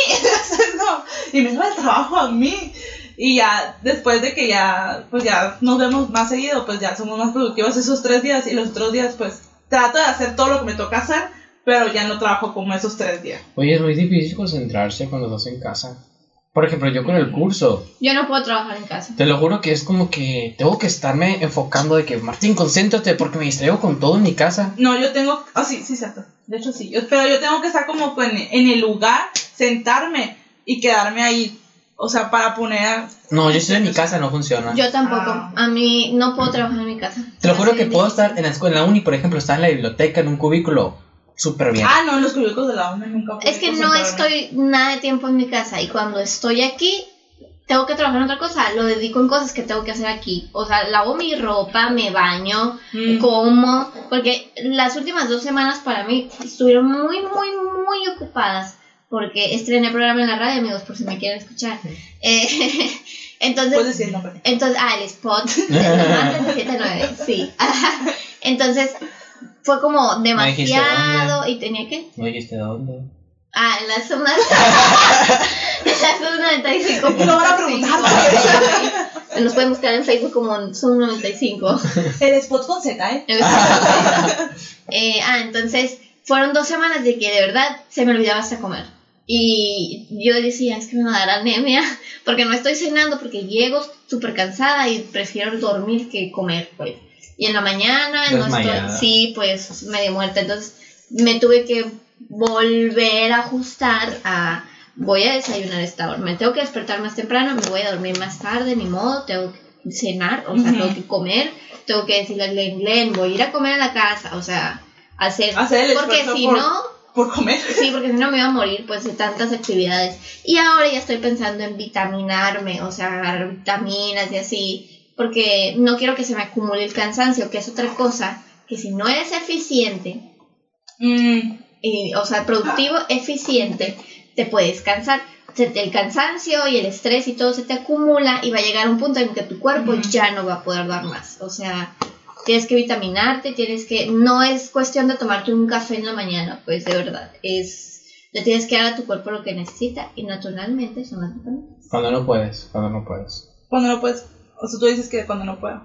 C: no, y me daba el trabajo a mí. Y ya después de que ya, pues ya nos vemos más seguido, pues ya somos más productivos esos tres días y los otros días, pues trato de hacer todo lo que me toca hacer, pero ya no trabajo como esos tres días.
B: Oye, es muy difícil concentrarse cuando estás en casa. Por ejemplo, yo con el curso,
D: Yo no puedo trabajar en casa.
B: te lo juro que es como que tengo que estarme enfocando de que, Martín, concéntrate porque me distraigo con todo en mi casa.
C: No, yo tengo, ah, sí, sí, cierto. De hecho, sí, yo- pero yo tengo que estar como en, en el lugar, sentarme y quedarme ahí. O sea, para poner,
B: No, yo estoy en mi casa, no funciona.
D: Yo tampoco.
C: Ah.
D: A mí no puedo trabajar en mi casa.
B: Te lo juro
D: Así
B: que
D: de-
B: puedo estar en la escuela, en la uni, por ejemplo, estar en la biblioteca, en un cubículo, súper bien.
C: Ah, no, en los cubículos de la UNA nunca pude
D: Es que no
C: concentrarme.
D: estoy nada de tiempo en mi casa y cuando estoy aquí tengo que trabajar en otra cosa, lo dedico en cosas que tengo que hacer aquí. O sea, lavo mi ropa, me baño,
C: Mm.
D: como, porque las últimas dos semanas para mí estuvieron muy, muy, muy ocupadas porque estrené programa en la radio, amigos, por si me quieren escuchar. Eh, entonces,
C: Puedes decir el nombre.
D: entonces, ah, el spot. Más de 79, sí. Entonces, fue como
B: Me dijiste
D: demasiado y tenía que...
B: ¿No dijiste dónde?
D: Ah, en la zona. en la zona 95.
C: No van a preguntar.
D: Nos pueden buscar en Facebook como Zoom 95.
C: El spot con Z, ¿eh?
D: Eh, ah, entonces fueron dos semanas de que de verdad se me olvidaba hasta comer. Y yo decía, es que me va a dar anemia, porque no estoy cenando, porque llego súper cansada y prefiero dormir que comer, pues. Y en la mañana no estoy,
B: Desmayada.
D: sí, pues medio muerta. Entonces me tuve que volver a ajustar a, voy a desayunar a esta hora, me tengo que despertar más temprano, me voy a dormir más tarde, ni modo, tengo que cenar, o sea,
C: Ujú.
D: tengo que comer, tengo que decirle a Glenn, Glenn, voy a ir a comer a la casa, o sea, hacer,
C: Hacer el
D: porque
C: esfuerzo
D: si
C: Ah, por-
D: no,
C: Por comer.
D: sí, porque si no me iba a morir, pues, de tantas actividades. Y ahora ya estoy pensando en vitaminarme, o sea, agarrar vitaminas y así, porque no quiero que se me acumule el cansancio, que es otra cosa, que si no eres eficiente,
C: Mm,
D: y, o sea, productivo, eficiente, te puedes cansar. Se te- El cansancio y el estrés y todo se te acumula y va a llegar un punto en que tu cuerpo
C: Ujú.
D: ya no va a poder dar más. O sea, tienes que vitaminarte, tienes que... No es cuestión de tomarte un café en la mañana, pues de verdad. Es... Le tienes que dar a tu cuerpo lo que necesita y naturalmente son las vitaminas.
B: Cuando no puedes, cuando no puedes.
C: cuando no puedes. O sea, tú dices que cuando no puedo.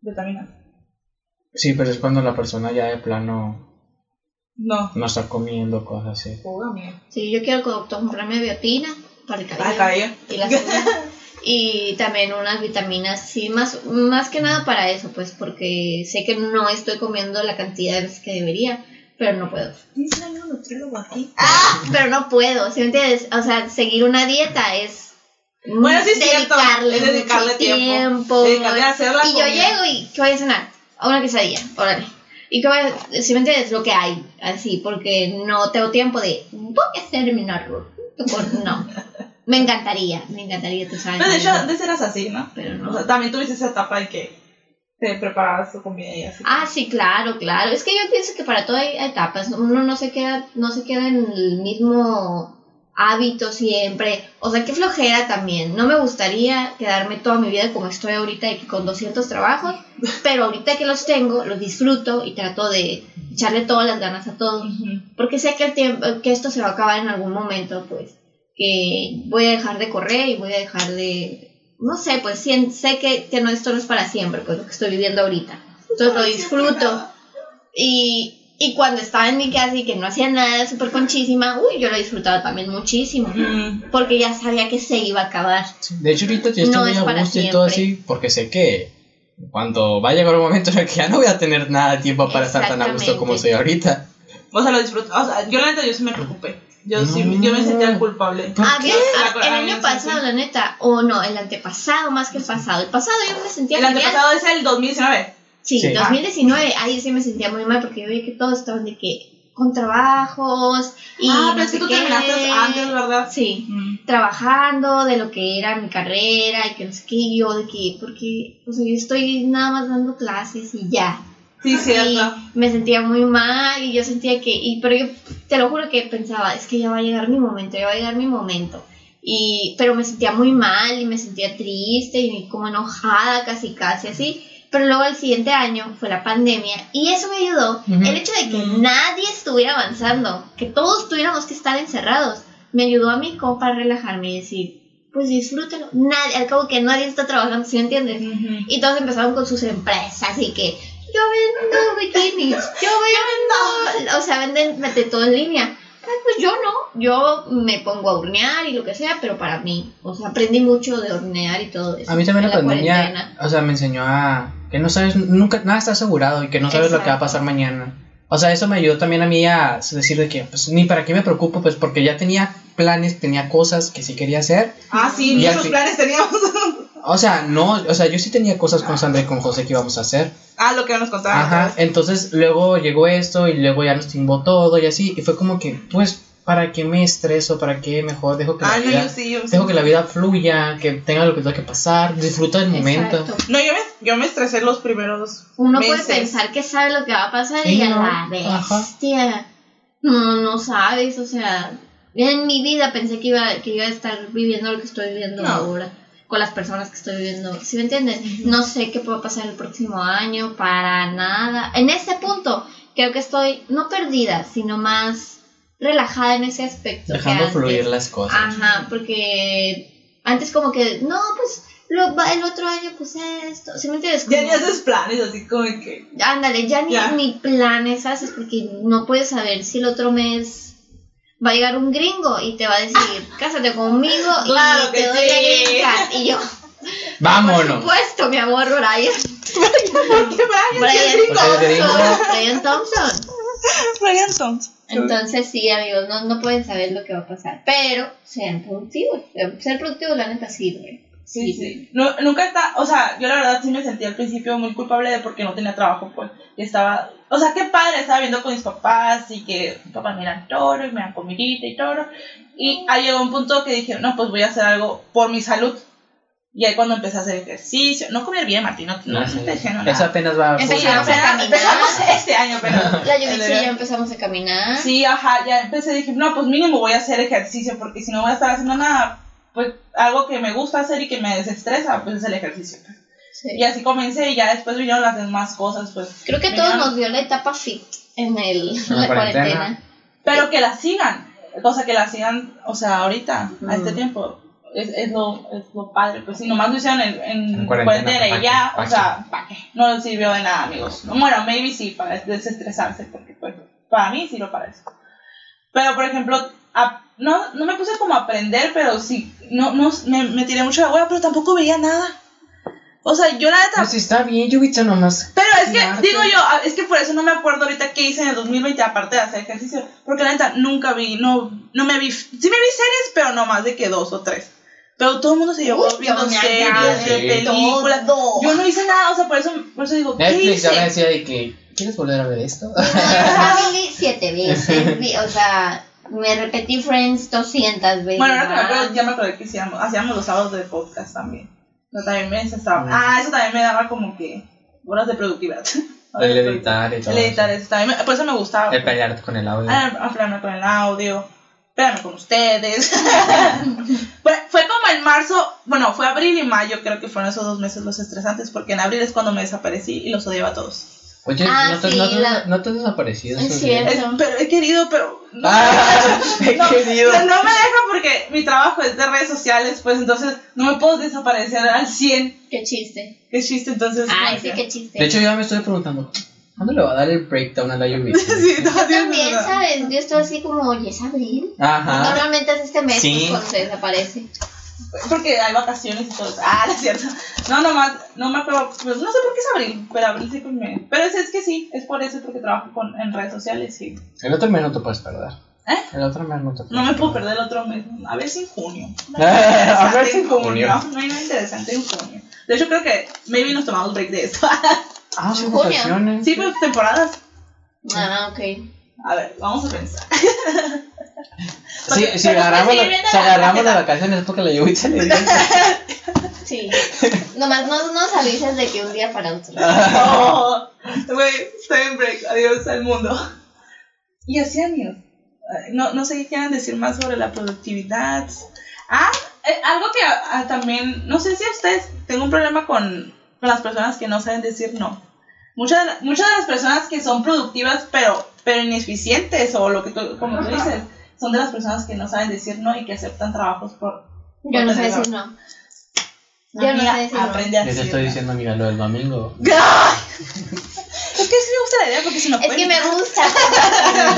C: Vitaminas.
B: Sí, pero es cuando la persona ya de plano
C: No.
B: no está comiendo cosas así.
C: Fuga, mía.
D: Sí, yo quiero co- comprarme biotina para el cabello.
C: Al cabello.
D: y las hormonas. y también unas vitaminas sí más más que nada para eso pues porque sé que no estoy comiendo la cantidad de veces que debería pero no puedo
C: Dice, hay un nutriólogo aquí.
D: ah pero no puedo ¿sí me entiendes? o sea seguir una dieta es
C: Bueno, sí es cierto,
D: dedicarle,
C: es dedicarle
D: mucho
C: tiempo,
D: tiempo,
C: dedicarle a hacer la
D: y
C: comida.
D: yo llego y ¿qué voy a cenar? A una quesadilla órale y que voy a- si me entiendes lo que hay así porque no tengo tiempo de voy a hacerme una ruta con- no me encantaría me encantaría tú sabes
C: Pero Pues de hecho,
D: amigo.
C: antes eras así, ¿no?
D: Pero
C: O
D: no.
C: sea, también tuviste esa etapa de que te preparabas tu comida y así.
D: Ah, sí, claro, claro. Es que yo pienso que para todo hay etapas. Uno no se queda, no se queda en el mismo hábito siempre. O sea, qué flojera también. No me gustaría quedarme toda mi vida como estoy ahorita y que con 200 trabajos, pero ahorita que los tengo, los disfruto y trato de echarle todas las ganas a todo.
C: Ujú.
D: Porque sé que, el tiempo, que esto se va a acabar en algún momento, pues. Que voy a dejar de correr y voy a dejar de. No sé, pues sí, sé que, que no, esto no es para siempre, pues lo que estoy viviendo ahorita.
C: Pues,
D: Entonces lo disfruto. Y, y cuando estaba en mi casa y que no hacía nada, súper conchísima, uy, yo lo disfrutaba también muchísimo.
C: Mm,
D: Porque ya sabía que se iba a acabar.
B: De hecho, ahorita yo estoy
D: No
B: muy
D: es
B: a
D: para
B: gusto y todo
D: siempre.
B: así, porque sé que cuando va a llegar un momento en el que ya no voy a tener nada de tiempo para estar tan a gusto como
D: Exactamente.
B: soy ahorita.
C: O sea, lo disfruto. O sea, yo la neta, yo sí me preocupé. Yo, sí,
B: No.
C: yo me sentía culpable.
D: Había-
C: qué?
D: a- el
C: Ah, sí,
D: año
C: sí.
D: pasado, la neta, o no, el antepasado más que el pasado. El pasado yo me sentía
C: El
D: genial.
C: antepasado es el 2019.
D: Sí,
B: Sí.
D: 2019, ahí sí me sentía muy mal porque yo veía que todos estaban de que con trabajos y
C: ah,
D: no
C: pero es que
D: sé
C: tú
D: qué.
C: terminaste antes, ¿verdad?
D: Sí,
C: Mm.
D: trabajando de lo que era mi carrera y que no sé qué, y yo de que, porque, o sea, yo estoy nada más dando clases y ya.
C: Sí,
D: Y
C: cierto.
D: me sentía muy mal y yo sentía que, y, pero yo te lo juro que pensaba, es que ya va a llegar mi momento, ya va a llegar mi momento. Y, pero me sentía muy mal y me sentía triste y como enojada casi casi así. Pero luego el siguiente año fue la pandemia y eso me ayudó.
B: Ujú.
D: El hecho de que
C: Ujú.
D: nadie estuviera avanzando, que todos tuviéramos que estar encerrados, me ayudó a mí como para relajarme y decir, pues disfrútalo. Nadie, al cabo que nadie está trabajando, ¿sí me entiendes?
C: Ujú.
D: Y todos empezaron con sus empresas, así que yo vendo bikinis, yo vendo, o sea, venden de todo en línea. Ah, pues yo no, yo me pongo a hornear y lo que sea, pero para mí, o sea, aprendí mucho de hornear y todo eso.
B: A mí también
D: en
B: la pandemia, o sea, me enseñó a que no sabes, nunca, nada está asegurado y que no sabes lo que va a
D: Exacto.
B: pasar mañana. O sea, eso me ayudó también a mí a decir de que, pues, ni para qué me preocupo, pues, porque ya tenía planes, tenía cosas que sí quería hacer.
C: Ah, sí,
B: Y
C: muchos
B: así-
C: planes teníamos.
B: O sea, no, o sea, yo sí tenía cosas con Sandra y con José que íbamos a hacer.
C: ah, lo que nos contaban.
B: Ajá, entonces luego llegó esto y luego ya nos timbó todo y así, y fue como que, pues, ¿para qué me estreso? ¿Para qué mejor dejo que
C: Ah,
B: la
C: no,
B: vida,
C: yo sí, yo sí.
B: dejo que la vida fluya, que tenga lo que tenga que pasar, disfruta del momento?
D: Exacto.
C: No, yo me, yo me estresé los primeros
D: Uno
C: meses.
D: puede pensar que sabe lo que va a pasar
B: Sí,
D: y a
B: no,
D: la
B: ajá.
D: bestia. No, no sabes, o sea, en mi vida pensé que iba, que iba a estar viviendo lo que estoy viviendo
C: No.
D: ahora, con las personas que estoy viviendo. ¿Sí me entiendes? No sé qué puede pasar el próximo año, para nada. En este punto, creo que estoy no perdida, sino más relajada en ese aspecto. que
B: Dejando
D: antes.
B: fluir las cosas.
C: Ah,
D: Ajá, porque antes como que, no, pues lo- el otro año pues esto. ¿Sí me entiendes?
C: Ya ni
D: Como-
C: haces planes, así como que.
D: Ándale, ya ni,
C: Ya.
D: ni planes haces porque no puedes saber si el otro mes va a llegar un gringo y te va a decir, cásate conmigo y
C: Claro
D: te
C: que
D: doy la
C: sí.
D: green card". Y yo, por
C: pues,
B: Vámonos.
D: supuesto, mi amor, Brian.
C: ¿Por qué Brian?
D: Brian
C: ¿Qué rico?
B: Porque es
D: Thompson. Brian Thompson.
C: Brian Thompson.
D: Entonces, sí, amigos, no, no pueden saber lo que va a pasar. Pero sean productivos. Eh, Ser productivos, la neta, sirve.
C: Sí, sí. No, nunca está, o sea, yo la verdad sí me sentí al principio muy culpable de porque no tenía trabajo, pues. Y estaba, o sea, qué padre, estaba viendo con mis papás y que mis papás me dan toro y me dan comidita y todo. Y ahí llegó un punto que dije, no, pues voy a hacer algo por mi salud. Y ahí cuando empecé a hacer ejercicio, no comer bien, Martín, no,
B: No,
C: no, no
B: Ah, sí.
C: te dijeron
B: Eso
C: nada.
B: apenas va a
D: Eso
B: funcionar.
D: ya no se
C: Empezamos,
D: caminar.
C: empezamos este año, pero...
D: La Yubitsu ya empezamos a caminar.
C: Sí, ajá, ya empecé, dije, no, pues mínimo voy a hacer ejercicio, porque si no voy a estar haciendo nada, pues algo que me gusta hacer y que me desestresa, pues es el ejercicio.
D: Sí.
C: Y así comencé y ya después vinieron las demás cosas, pues.
D: Creo que a todos nos dio la etapa fit en, el, en la
B: la cuarentena.
D: cuarentena.
C: Pero que las sigan, cosa que las sigan, o sea, ahorita, a este
D: Mm.
C: tiempo, es, es, lo, es lo padre, pues si nomás lo hicieron en, en
B: En cuarentena,
C: cuarentena,
B: ¿pa'
C: y
B: qué?
C: ya,
B: ¿Pa'
C: o sea, ¿pa' qué? no les sirvió de nada, amigos. No, bueno, maybe sí, para desestresarse, porque pues, para mí sí lo parece. Pero, por ejemplo, a- no, no me puse como a aprender, pero sí, no, no, me, me tiré mucho de hueá, pero tampoco veía nada. O sea, yo la neta...
B: Pues está bien, Yubitsa nomás.
C: Pero es que,
B: Claro.
C: digo yo, ah, es que por eso no me acuerdo ahorita qué hice en el 2020, aparte de hacer ejercicio. Porque la neta, nunca vi, no, no me vi. Sí me vi series, pero no más de que dos o tres. Pero todo el mundo se llevó
D: Uy,
C: viendo
D: yo me
C: series,
D: acabé
B: de
C: películas.
D: todo.
C: Yo no hice nada, o sea, por eso, por eso digo, ¿qué
B: Netflix ya me
C: hice?
B: decía de que, ¿quieres volver a ver esto?
D: Family siete veces, vi- o sea, me repetí Friends 200 veces. Ah,
C: Bueno, ahora que me
D: más.
C: acuerdo, ya me acordé que hacíamos, hacíamos los sábados de podcast también. Yo también me estaba, Ah, eso también me daba como que horas de productividad.
B: Mm. El editar y todo.
C: El editar,
B: eso.
C: eso también, me- por eso me gustaba.
B: El pelearte con el audio.
C: Ah, hablarme con el audio, espérame con ustedes. fue, fue como en marzo, bueno, fue abril y mayo, creo que fueron esos dos meses los estresantes, porque en abril es cuando me desaparecí y los odiaba a todos.
B: Oye,
D: Ah,
B: no, te,
D: sí,
B: no, te-
D: la-
B: no te has desaparecido.
D: Es
B: eso sí.
D: cierto.
C: Es- pero he querido, pero no,
B: Ah, he
C: no,
B: querido.
C: no me deja porque mi trabajo es de redes sociales, pues entonces no me puedo desaparecer al 100.
D: Qué chiste.
C: Qué chiste, entonces. como
D: Ay, sí,
C: que-
D: qué chiste.
B: De hecho, yo me estoy preguntando, ¿cuándo le va a dar el breakdown a la Yubitsa?
C: Sí, no,
D: Yo
C: Dios,
D: también,
C: no.
D: ¿sabes? Yo estoy así como, oye, es abril.
B: Ajá.
D: Normalmente es este mes
B: Sí.
D: pues, cuando se desaparece.
C: Porque hay vacaciones y todo. eso. Ah, no es cierto. No, nomás, no me acuerdo. Pues no sé por qué es abril, pero abril sí pues me. Pero es, es que sí, es por eso, porque trabajo con, en redes sociales y.
B: El otro mes no te puedes perder.
C: ¿Eh?
B: El otro mes no te puedes
C: No me puedo perder el otro mes. A ver si en junio. No hay
B: Eh,
C: nada
B: a ver
C: interesante
B: si en junio.
C: No hay nada interesante en junio. De hecho, creo que maybe nos tomamos break de esto.
B: Ah, son
D: Junio.
B: vacaciones.
C: sí, pues temporadas.
D: Ah, ok.
C: A ver, vamos a pensar.
B: Sí, si
D: pero
B: agarramos,
D: pues,
B: la-
D: sí, venden
B: si
D: la
B: agarramos
D: tarjeta.
B: las vacaciones es porque la llevo y se le dio.
D: Sí. Nomás no nos avisas de que un día para otro.
B: Ah,
C: Oh, Güey, estoy en break. Adiós al mundo. Y así, amigos. Ay, No, no sé qué quieran decir más sobre la productividad. Ah, eh, algo que ah, también, no sé si a ustedes, tengo un problema con, con las personas que no saben decir no. Muchas de, la- muchas de las personas que son productivas, pero, pero ineficientes, o lo que tú, como tú dices, son de las personas que no saben decir no y que aceptan trabajos por...
D: Yo no sé
C: Amiga,
D: decir no. Yo no sé decir no.
C: aprende
B: Yo
C: a
B: te
C: decir
D: pues.
B: estoy
C: no.
B: diciendo, mira, lo del domingo.
C: Es que sí me gusta la idea porque si no
D: Es que me gusta.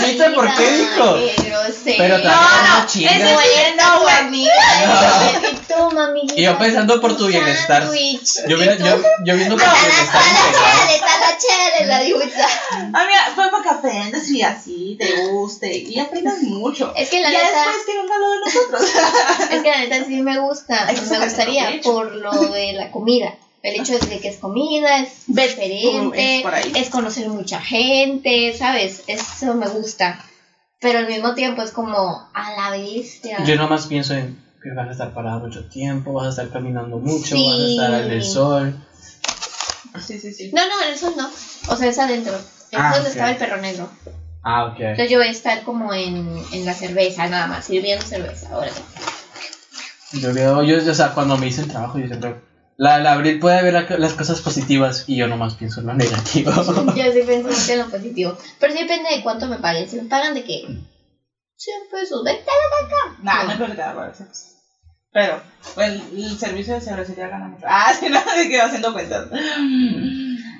B: ¿Viste por qué dijo?
D: Ay, Qué grosero.
B: Pero
D: no,
B: también no,
C: no,
B: chingas.
C: ese
D: no, ayer no, güey. amiga.
B: No.
D: Y tú, mamiguita,
B: Y yo pensando por tu bienestar.
D: sándwich.
B: Yo, mira,
D: ¿Y tú?
B: yo, yo viendo
D: A
B: para que te
D: la,
B: están
D: a la
B: pegando.
D: chele, a la chele, la dibuja.
C: Amiga, fue para que aprendas y así te guste y aprendas mucho.
D: Es que la
C: ya
D: neta,
C: después que venga lo de nosotros.
D: es que la neta sí me gusta.
C: Hay que
D: Me
C: sacarle
D: gustaría
C: provecho.
D: por lo de la comida. El hecho de que es comida, es
C: Ves cómo
D: diferente,
C: es por ahí.
D: es conocer mucha gente, ¿sabes? Eso me gusta. Pero al mismo tiempo es como a la bestia.
B: Yo nomás pienso en que vas a estar parado mucho tiempo, vas a estar caminando mucho,
D: Sí.
B: vas a estar en el sol.
C: Sí, sí, sí.
D: No, no, en el sol no. O sea, es adentro. Es
B: Ah,
D: donde
B: ok.
D: estaba el perro negro.
B: Ah, ok.
D: Entonces yo voy a estar como en, en la cerveza, nada más, sirviendo cerveza. Ahora
B: Yo veo, yo, o sea, cuando me hice el trabajo, yo siempre. La, la abril puede ver la- las cosas positivas y yo nomás pienso en lo negativo.
D: Yo sí pienso mucho en lo positivo. Pero sí depende de cuánto me paguen. Si me pagan de que 100 pesos, vete a la caca.
C: Nah, no es verdad, bueno, sí, pues. Pero el, el servicio de cervecería gana mucho. Ah, sí, no, me quedo haciendo cuentas.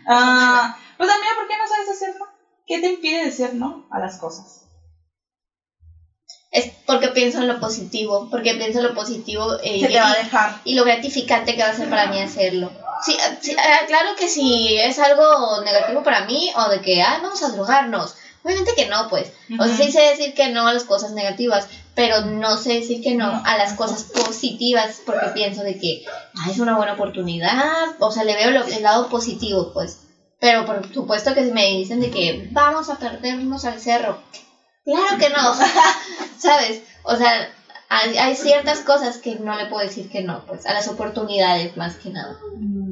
C: Ah, pues amiga, ¿por qué no sabes decir no? ¿Qué te impide decir no a las cosas?
D: Es porque pienso en lo positivo. Porque pienso en lo positivo. eh,
C: Que te va a dejar.
D: y lo gratificante que va a ser para mí hacerlo. Sí, ah, sí, ah, claro que si es algo negativo para mí o de que, ah, vamos a drogarnos. Obviamente que no, pues. O sea,
C: Ujú.
D: sí sé decir que no a las cosas negativas, pero no sé decir que no
C: No.
D: a las cosas positivas porque pienso de que, ah, es una buena oportunidad. O sea, le veo lo- el lado positivo, pues. Pero por supuesto que si me dicen de que vamos a perdernos al cerro. Claro que no. ¿Sabes? O sea, hay, hay ciertas cosas que no le puedo decir que no, pues a las oportunidades más que nada.
C: Mm.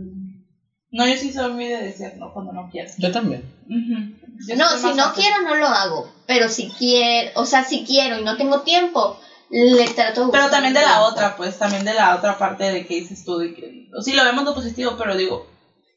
C: No, yo sí soy muy de decir no cuando no quiero.
B: Yo también.
C: Ujú. Yo
D: No,
C: soy
D: si
C: más
D: no
C: fácil.
D: quiero no lo hago, pero si quiero, o sea, si quiero y no tengo tiempo, le trato de
C: Pero
D: buscar
C: también de
D: un
C: la
D: tiempo.
C: otra, pues, también de la otra parte de que dices tú, de que, o sí lo vemos lo positivo, pero digo,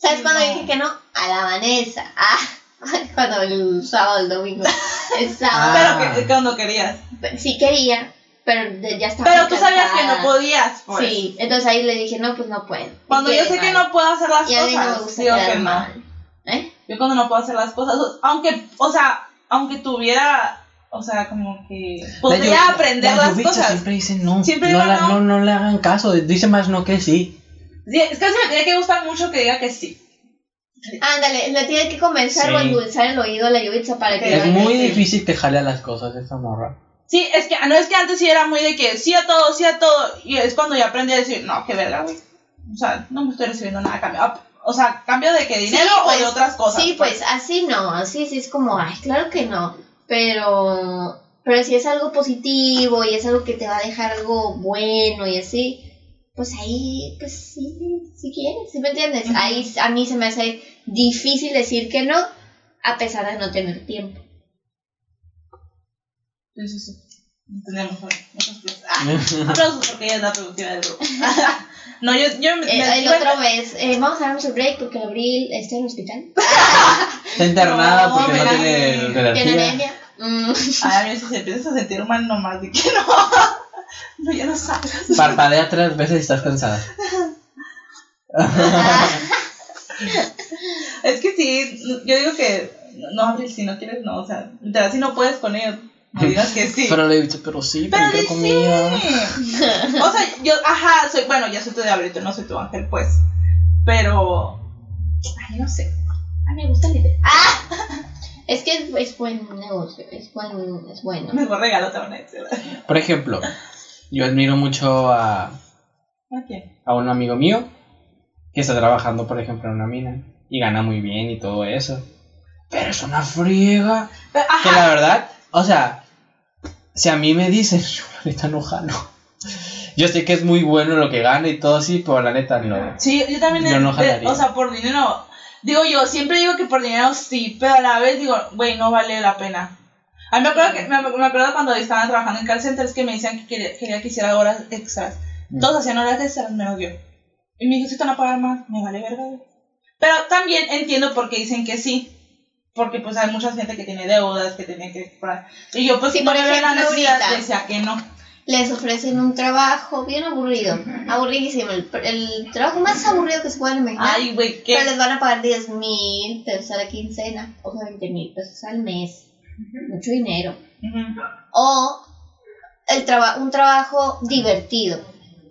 D: ¿Sabes cuando
C: No.
D: dije que no? A la Vanessa. Ah, cuando el sábado, el domingo. El sábado.
B: Ah.
C: pero que, cuando querías.
D: Sí quería, pero de- ya estaba.
C: Pero
D: muy
C: tú sabías que no
D: cansada.
C: podías, pues.
D: Sí, entonces ahí le dije, no, pues no puedo.
C: Cuando
D: Y
C: yo
D: quedé
C: sé que
D: mal.
C: no puedo hacer las
D: Y a mí no me
C: cosas,
D: gusta
C: digo
D: quedar
C: que no.
D: mal. ¿Eh?
C: Yo cuando no puedo hacer las cosas, aunque, o sea, aunque tuviera, o sea, como que podría
B: La Yu-
C: aprender
B: la
C: las
B: Yubitsa
C: cosas.
B: Siempre dicen no.
C: Siempre
B: no,
C: digo
B: la-
C: no.
B: no. no le hagan caso. Dice más no que sí.
C: Sí, es casi me tiene que gustar mucho que diga que sí.
D: Ándale, le tiene que convencer
B: Sí.
D: o endulzar el oído a la lluvia para que.
B: Es
C: Sí,
B: muy
C: sí.
B: difícil que jale a las cosas esa morra.
C: Sí, es que, ah, no es que antes sí era muy de que sí a todo, sí a todo, y es cuando ya aprendí a decir, no, qué verga, güey. O sea, no me estoy recibiendo nada a cambio. Ah, O sea, cambio de que dinero
D: pues,
C: o de otras cosas.
D: Sí, pues así no, así sí es como, ay, claro que no, pero pero si es algo positivo y es algo que te va a dejar algo bueno y así, pues ahí, pues sí, si quieres, ¿sí me entiendes?
C: Ujú.
D: Ahí a mí se me hace difícil decir que no a pesar de no tener tiempo.
C: pues. Sí, sí, sí. Entendemos, bueno, muchas gracias. Ah, Aplausos porque ella es la productiva del grupo. No, yo, yo me, me
D: Eh,
C: di
D: el
C: cuenta-
D: otro vez, eh, vamos a darnos un break porque Abril está en el hospital,
B: Está internada
C: No,
B: porque no
C: hombre,
B: tiene
C: no.
D: tiene
B: energía.
D: anemia. Mm.
C: Ay, a mí si se empiezas a sentir mal nomás, de que no. No, ya no salgas.
B: Parpadea tres veces y estás cansada.
C: Es que sí, yo digo que no, Abril, si no quieres, no. O sea, literal, si no puedes con ello, No digas que sí.
E: Pero le dice, pero sí, pero
C: Pero
E: quiero
C: dice.
E: comida.
C: O sea, yo, ajá, soy, bueno, ya soy tu diablito, no soy tu ángel, pues. Pero. Ay, no sé. A mí me gusta Ah, la idea.
D: Es que es, es buen negocio, es, buen, es bueno.
C: Mejor regalo te van a decir. ¿A
B: Por ejemplo, yo admiro mucho a,
C: quién?
B: a un amigo mío que está trabajando, por ejemplo, en una mina y gana muy bien y todo eso. Pero es una friega.
C: Pero,
B: Que
C: ajá,
B: la verdad, o sea, si a mí me dicen, yo la neta no jalo. Yo sé que es muy bueno lo que gana y todo así, pero la neta no.
C: Sí, yo también.
B: Yo no
C: de-
B: jalaría.
C: o sea, por dinero. Digo yo, siempre digo que por dinero sí, pero a la vez digo, güey, no vale la pena. A mí me acuerdo, que, me, me acuerdo cuando estaban trabajando en call centers que me decían que quería, quería que hiciera horas extras. Todos hacían horas extras, menos yo. Y me dijo, si te van a pagar más, me vale verga, güey. Pero también entiendo por qué dicen que sí. Porque pues hay mucha gente que tiene deudas, que tiene que comprar. Y yo pues
D: Sí,
C: por
D: por
C: ver la
D: ejemplo,
C: necesidad
D: ahorita.
C: decía que no.
D: Les ofrecen un trabajo bien aburrido, aburridísimo, el, el trabajo más aburrido que se puedan imaginar.
C: Ay, güey,
D: Pero
C: qué
D: les van a pagar 10 mil pesos a la quincena, o sea, 20 mil pesos al mes. Mucho dinero.
C: Ujú.
D: O el traba- un trabajo divertido,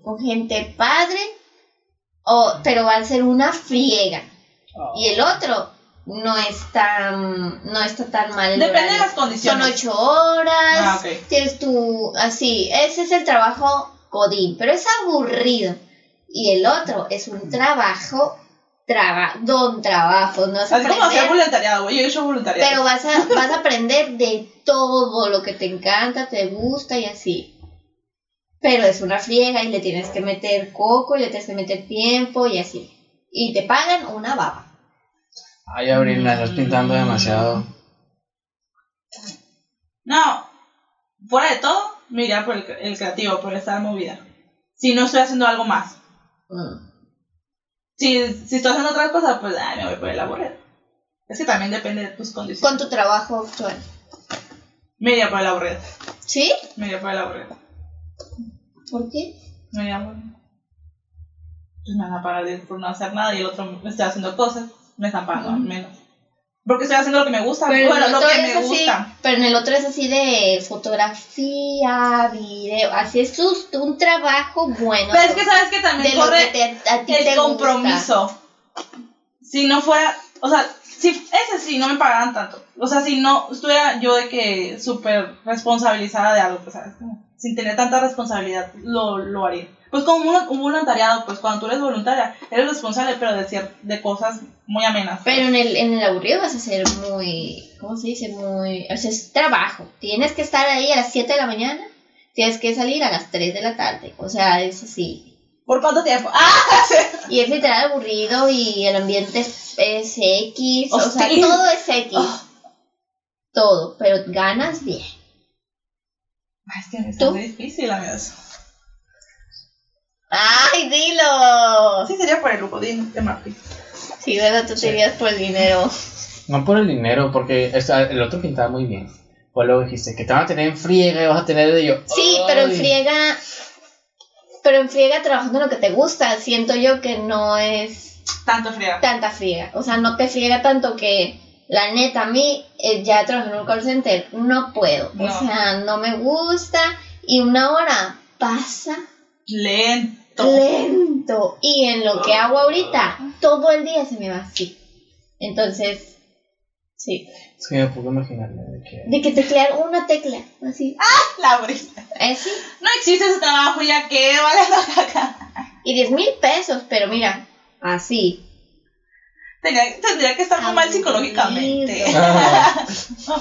D: con gente padre, o, pero va a ser una friega. Y
C: Oh.
D: el otro no es tan, no está tan mal. el
C: Depende de
D: horario.
C: las condiciones.
D: Son ocho horas,
C: Ah, ok.
D: tienes tu, así, ese es el trabajo codín, pero es aburrido. Y el otro es
C: Mm.
D: un trabajo, traba, don trabajo, no vas a
C: Así como hacer
D: aprender,
C: voluntariado, güey. Yo he hecho voluntariado.
D: pero vas a, vas a aprender de todo lo que te encanta, te gusta y así. Pero es una friega y le tienes que meter coco y le tienes que meter tiempo y así. Y te pagan una baba.
B: Ay, Abril, la estás pintando demasiado.
C: No, fuera de todo, me iría por el, el creativo, por estar movida. Si no estoy haciendo algo más.
D: Mm.
C: Si, si estoy haciendo otras cosas, pues ay, me voy por el aburrido. Es que también depende de tus condiciones.
D: Con tu trabajo actual.
C: Me iría por el aburrido.
D: ¿Sí?
C: Me iría por el aburrido.
D: ¿Por qué?
C: Me iría por... Pues me van a pagar de- por no hacer nada y el otro me está haciendo cosas. Me están pagando menos. Porque estoy haciendo lo que me gusta.
D: Pero en
C: bueno,
D: el
C: lo
D: otro
C: que
D: es
C: me
D: así-
C: gusta.
D: pero en el otro es así de fotografía, video, así es sus- un trabajo bueno.
C: Pero es que sabes que
D: de
C: también
D: lo
C: corre...
D: que te- a ti te
C: el
D: gusta.
C: compromiso. Si no fuera, o sea, si ese sí no me pagaran tanto. O sea, si no estuviera yo de que súper responsabilizada de algo, pues sabes, Como sin tener tanta responsabilidad, lo, lo haría. Pues como un, un voluntariado, pues cuando tú eres voluntaria, eres responsable, pero de, cier- de cosas muy amenas.
D: Pero en el, en el aburrido vas a ser muy, ¿cómo se dice? Muy, o sea, es trabajo. Tienes que estar ahí a las 7 de la mañana, tienes que salir a las 3 de la tarde. O sea, es así.
C: ¿Por cuánto tiempo? ¡Ah!
D: Y es literal aburrido y el ambiente es, es X, o sea,
C: Hostil.
D: todo es X.
C: Oh.
D: Todo, pero ganas bien.
C: Ay, Ah, Es que me
D: ¿Tú?
C: muy difícil, amigos.
D: ¡Ay, dilo!
C: Así sería por el lujo de, de Martín.
D: Sí, ¿verdad? Tú te irías por el dinero.
B: No por el dinero, porque esta- el otro pintaba muy bien. O luego dijiste que te van a tener en friega y vas a tener de yo.
D: Sí, pero en
B: "Ay".
D: friega. Pero en friega trabajando en lo que te gusta, siento yo que no es
C: Tanto fría.
D: tanta friega. O sea, no te friega tanto que, la neta, a mí eh, ya trabajar en un call center no puedo. O
C: No.
D: sea, no me gusta. Y una hora pasa
C: Lento.
D: lento. Y en lo que hago ahorita, todo el día se me va así. Entonces, sí.
B: Es que me puedo imaginarme de que.
D: De que teclear una tecla, así.
C: La brisa.
D: Así.
C: No existe ese trabajo, ya que vale la caca.
D: Y 10 mil pesos, pero mira, así.
C: Tenía- tendría que estar muy mal psicológicamente.
B: Ah,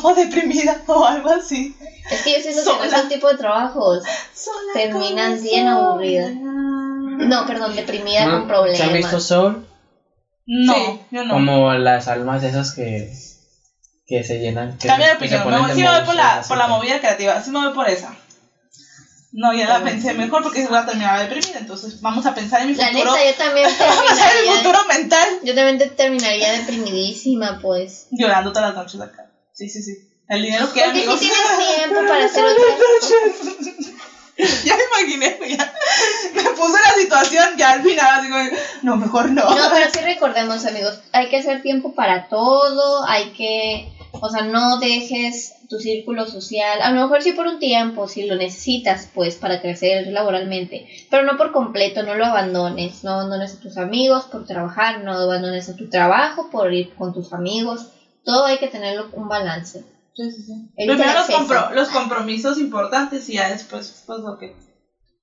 C: O deprimida o algo así.
D: Es que yo siento que en
C: Sola.
D: esos tipos de trabajos.
C: Sola
D: Terminas
C: como
D: bien
C: sola.
D: aburrida. No, perdón,
C: Ah,
D: deprimida
B: ¿no?
D: con
B: ¿Se han visto
D: problemas.
B: Soul?
C: No,
E: Sí.
C: yo no.
B: Como las almas esas que, que se llenan. Que
C: Cambio de
B: se- que se
C: opinión.
B: ponen
C: Me- sí me voy por la,
B: temblorosas,
C: por la
B: así.
C: movida creativa. Sí me voy por esa. No, ya la pensé mejor porque se va a terminar deprimida. Entonces vamos a pensar en mi
D: La
C: futuro.
D: neta, yo también
C: Vamos a pensar en mi
D: terminaría.
C: futuro mental.
D: Yo también te- terminaría deprimidísima, pues.
C: Llorando todas las noches acá. Sí, sí, sí. El dinero que
D: Porque si
C: amigos.
D: tienes tiempo para hacer otras cosas.
C: ya me imaginé, ya. Me puse la situación ya al final. Así como, no, mejor no.
D: No, pero sí recordemos, amigos, hay que hacer tiempo para todo, hay que O sea, no dejes tu círculo social, a lo mejor sí por un tiempo, si lo necesitas, pues, para crecer laboralmente, pero no por completo, no lo abandones, no abandones a tus amigos por trabajar, no abandones a tu trabajo por ir con tus amigos, todo hay que tenerlo un balance.
C: Sí, sí, sí.
D: Evita el
C: Primero los,
D: exceso.
C: compro- los compromisos importantes y ya después, pues, lo que.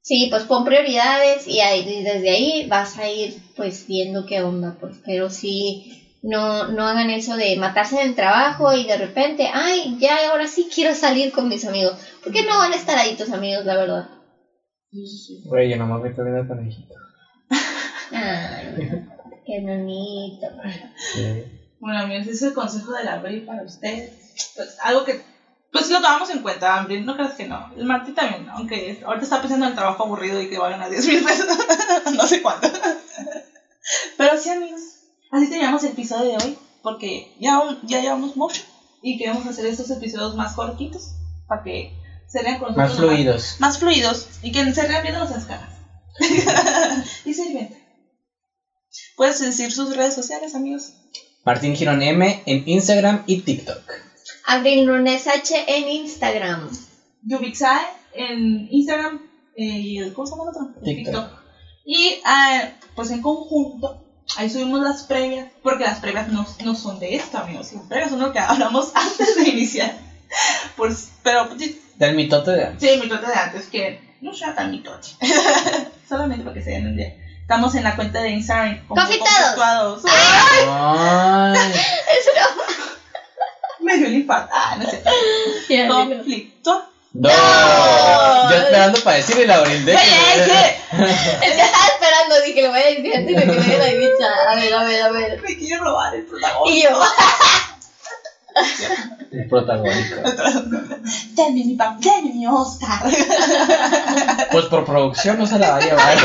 D: Sí, pues pon prioridades y, ahí- y desde ahí vas a ir pues viendo qué onda, pues, pero sí, no, no hagan eso de matarse en el trabajo y de repente, ay, ya ahora sí quiero salir con mis amigos, porque no van a estar ahí tus amigos, la verdad.
B: Güey, yo nomás me estoy viendo el conejito.
D: Ay, qué bonito.
B: Sí.
C: Bueno, amigos, ese es el consejo del abril para ustedes. Pues algo que. Pues lo tomamos en cuenta, abril, no creas que no. El Martí también, aunque es- ahorita está pensando en el trabajo aburrido y que va a ganar 10 mil pesos. no sé cuánto. Pero sí, amigos, así terminamos el episodio de hoy, porque ya, ya llevamos mucho y queremos hacer estos episodios más cortitos para que se lean con
B: Más
C: nosotros
B: fluidos.
C: más fluidos y que se vean viendo nuestras caras. y sirven. Puedes decir sus redes sociales, amigos.
B: Martín Girón M en Instagram y TikTok.
D: Abril Lunes H en Instagram.
C: Yubixae en Instagram eh, y el ¿cómo se llama el otro? El
B: TikTok.
C: Y ah, pues en conjunto, ahí subimos las previas, porque las previas no, no son de esto, amigos. Las previas son lo que hablamos antes de iniciar. Por, pero pues, sí,
B: Del mitote de antes.
C: Sí, mi mitote de antes, que no sea tan mitote. Solamente porque se den un día. Estamos en la cuenta de Instagram. como
D: Conflictados.
C: conflictados. ¡Ah!
B: Ay,
C: Me dio el infarto. Ah, no sé. Conflicto.
B: no. Yo esperando para decirle la Abril.
C: Güey,
B: déjeme.
C: es
D: Es que estaba esperando, dije, lo voy a decir antes de que me dé la dicha. A ver, a ver, a ver.
C: que me quiere robar el protagonista.
D: Y yo,
B: El protagónico.
C: Denme mi papel, denme mi Oscar.
B: Pues por producción no se la va a llevar.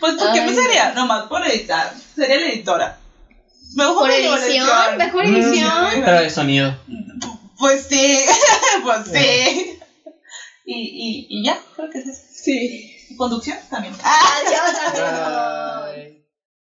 C: Pues, ¿por qué
D: Ay.
C: me sería? Nomás por editar. Sería la editora. Mejor
D: por
C: me llevo la
D: edición, mejor edición.
B: Pero de sonido.
C: Pues sí. pues sí. Y, y, y ya, creo que es eso.
D: Sí. Ah,
C: Conducción también.
D: Adiós, amigos.
B: Ah.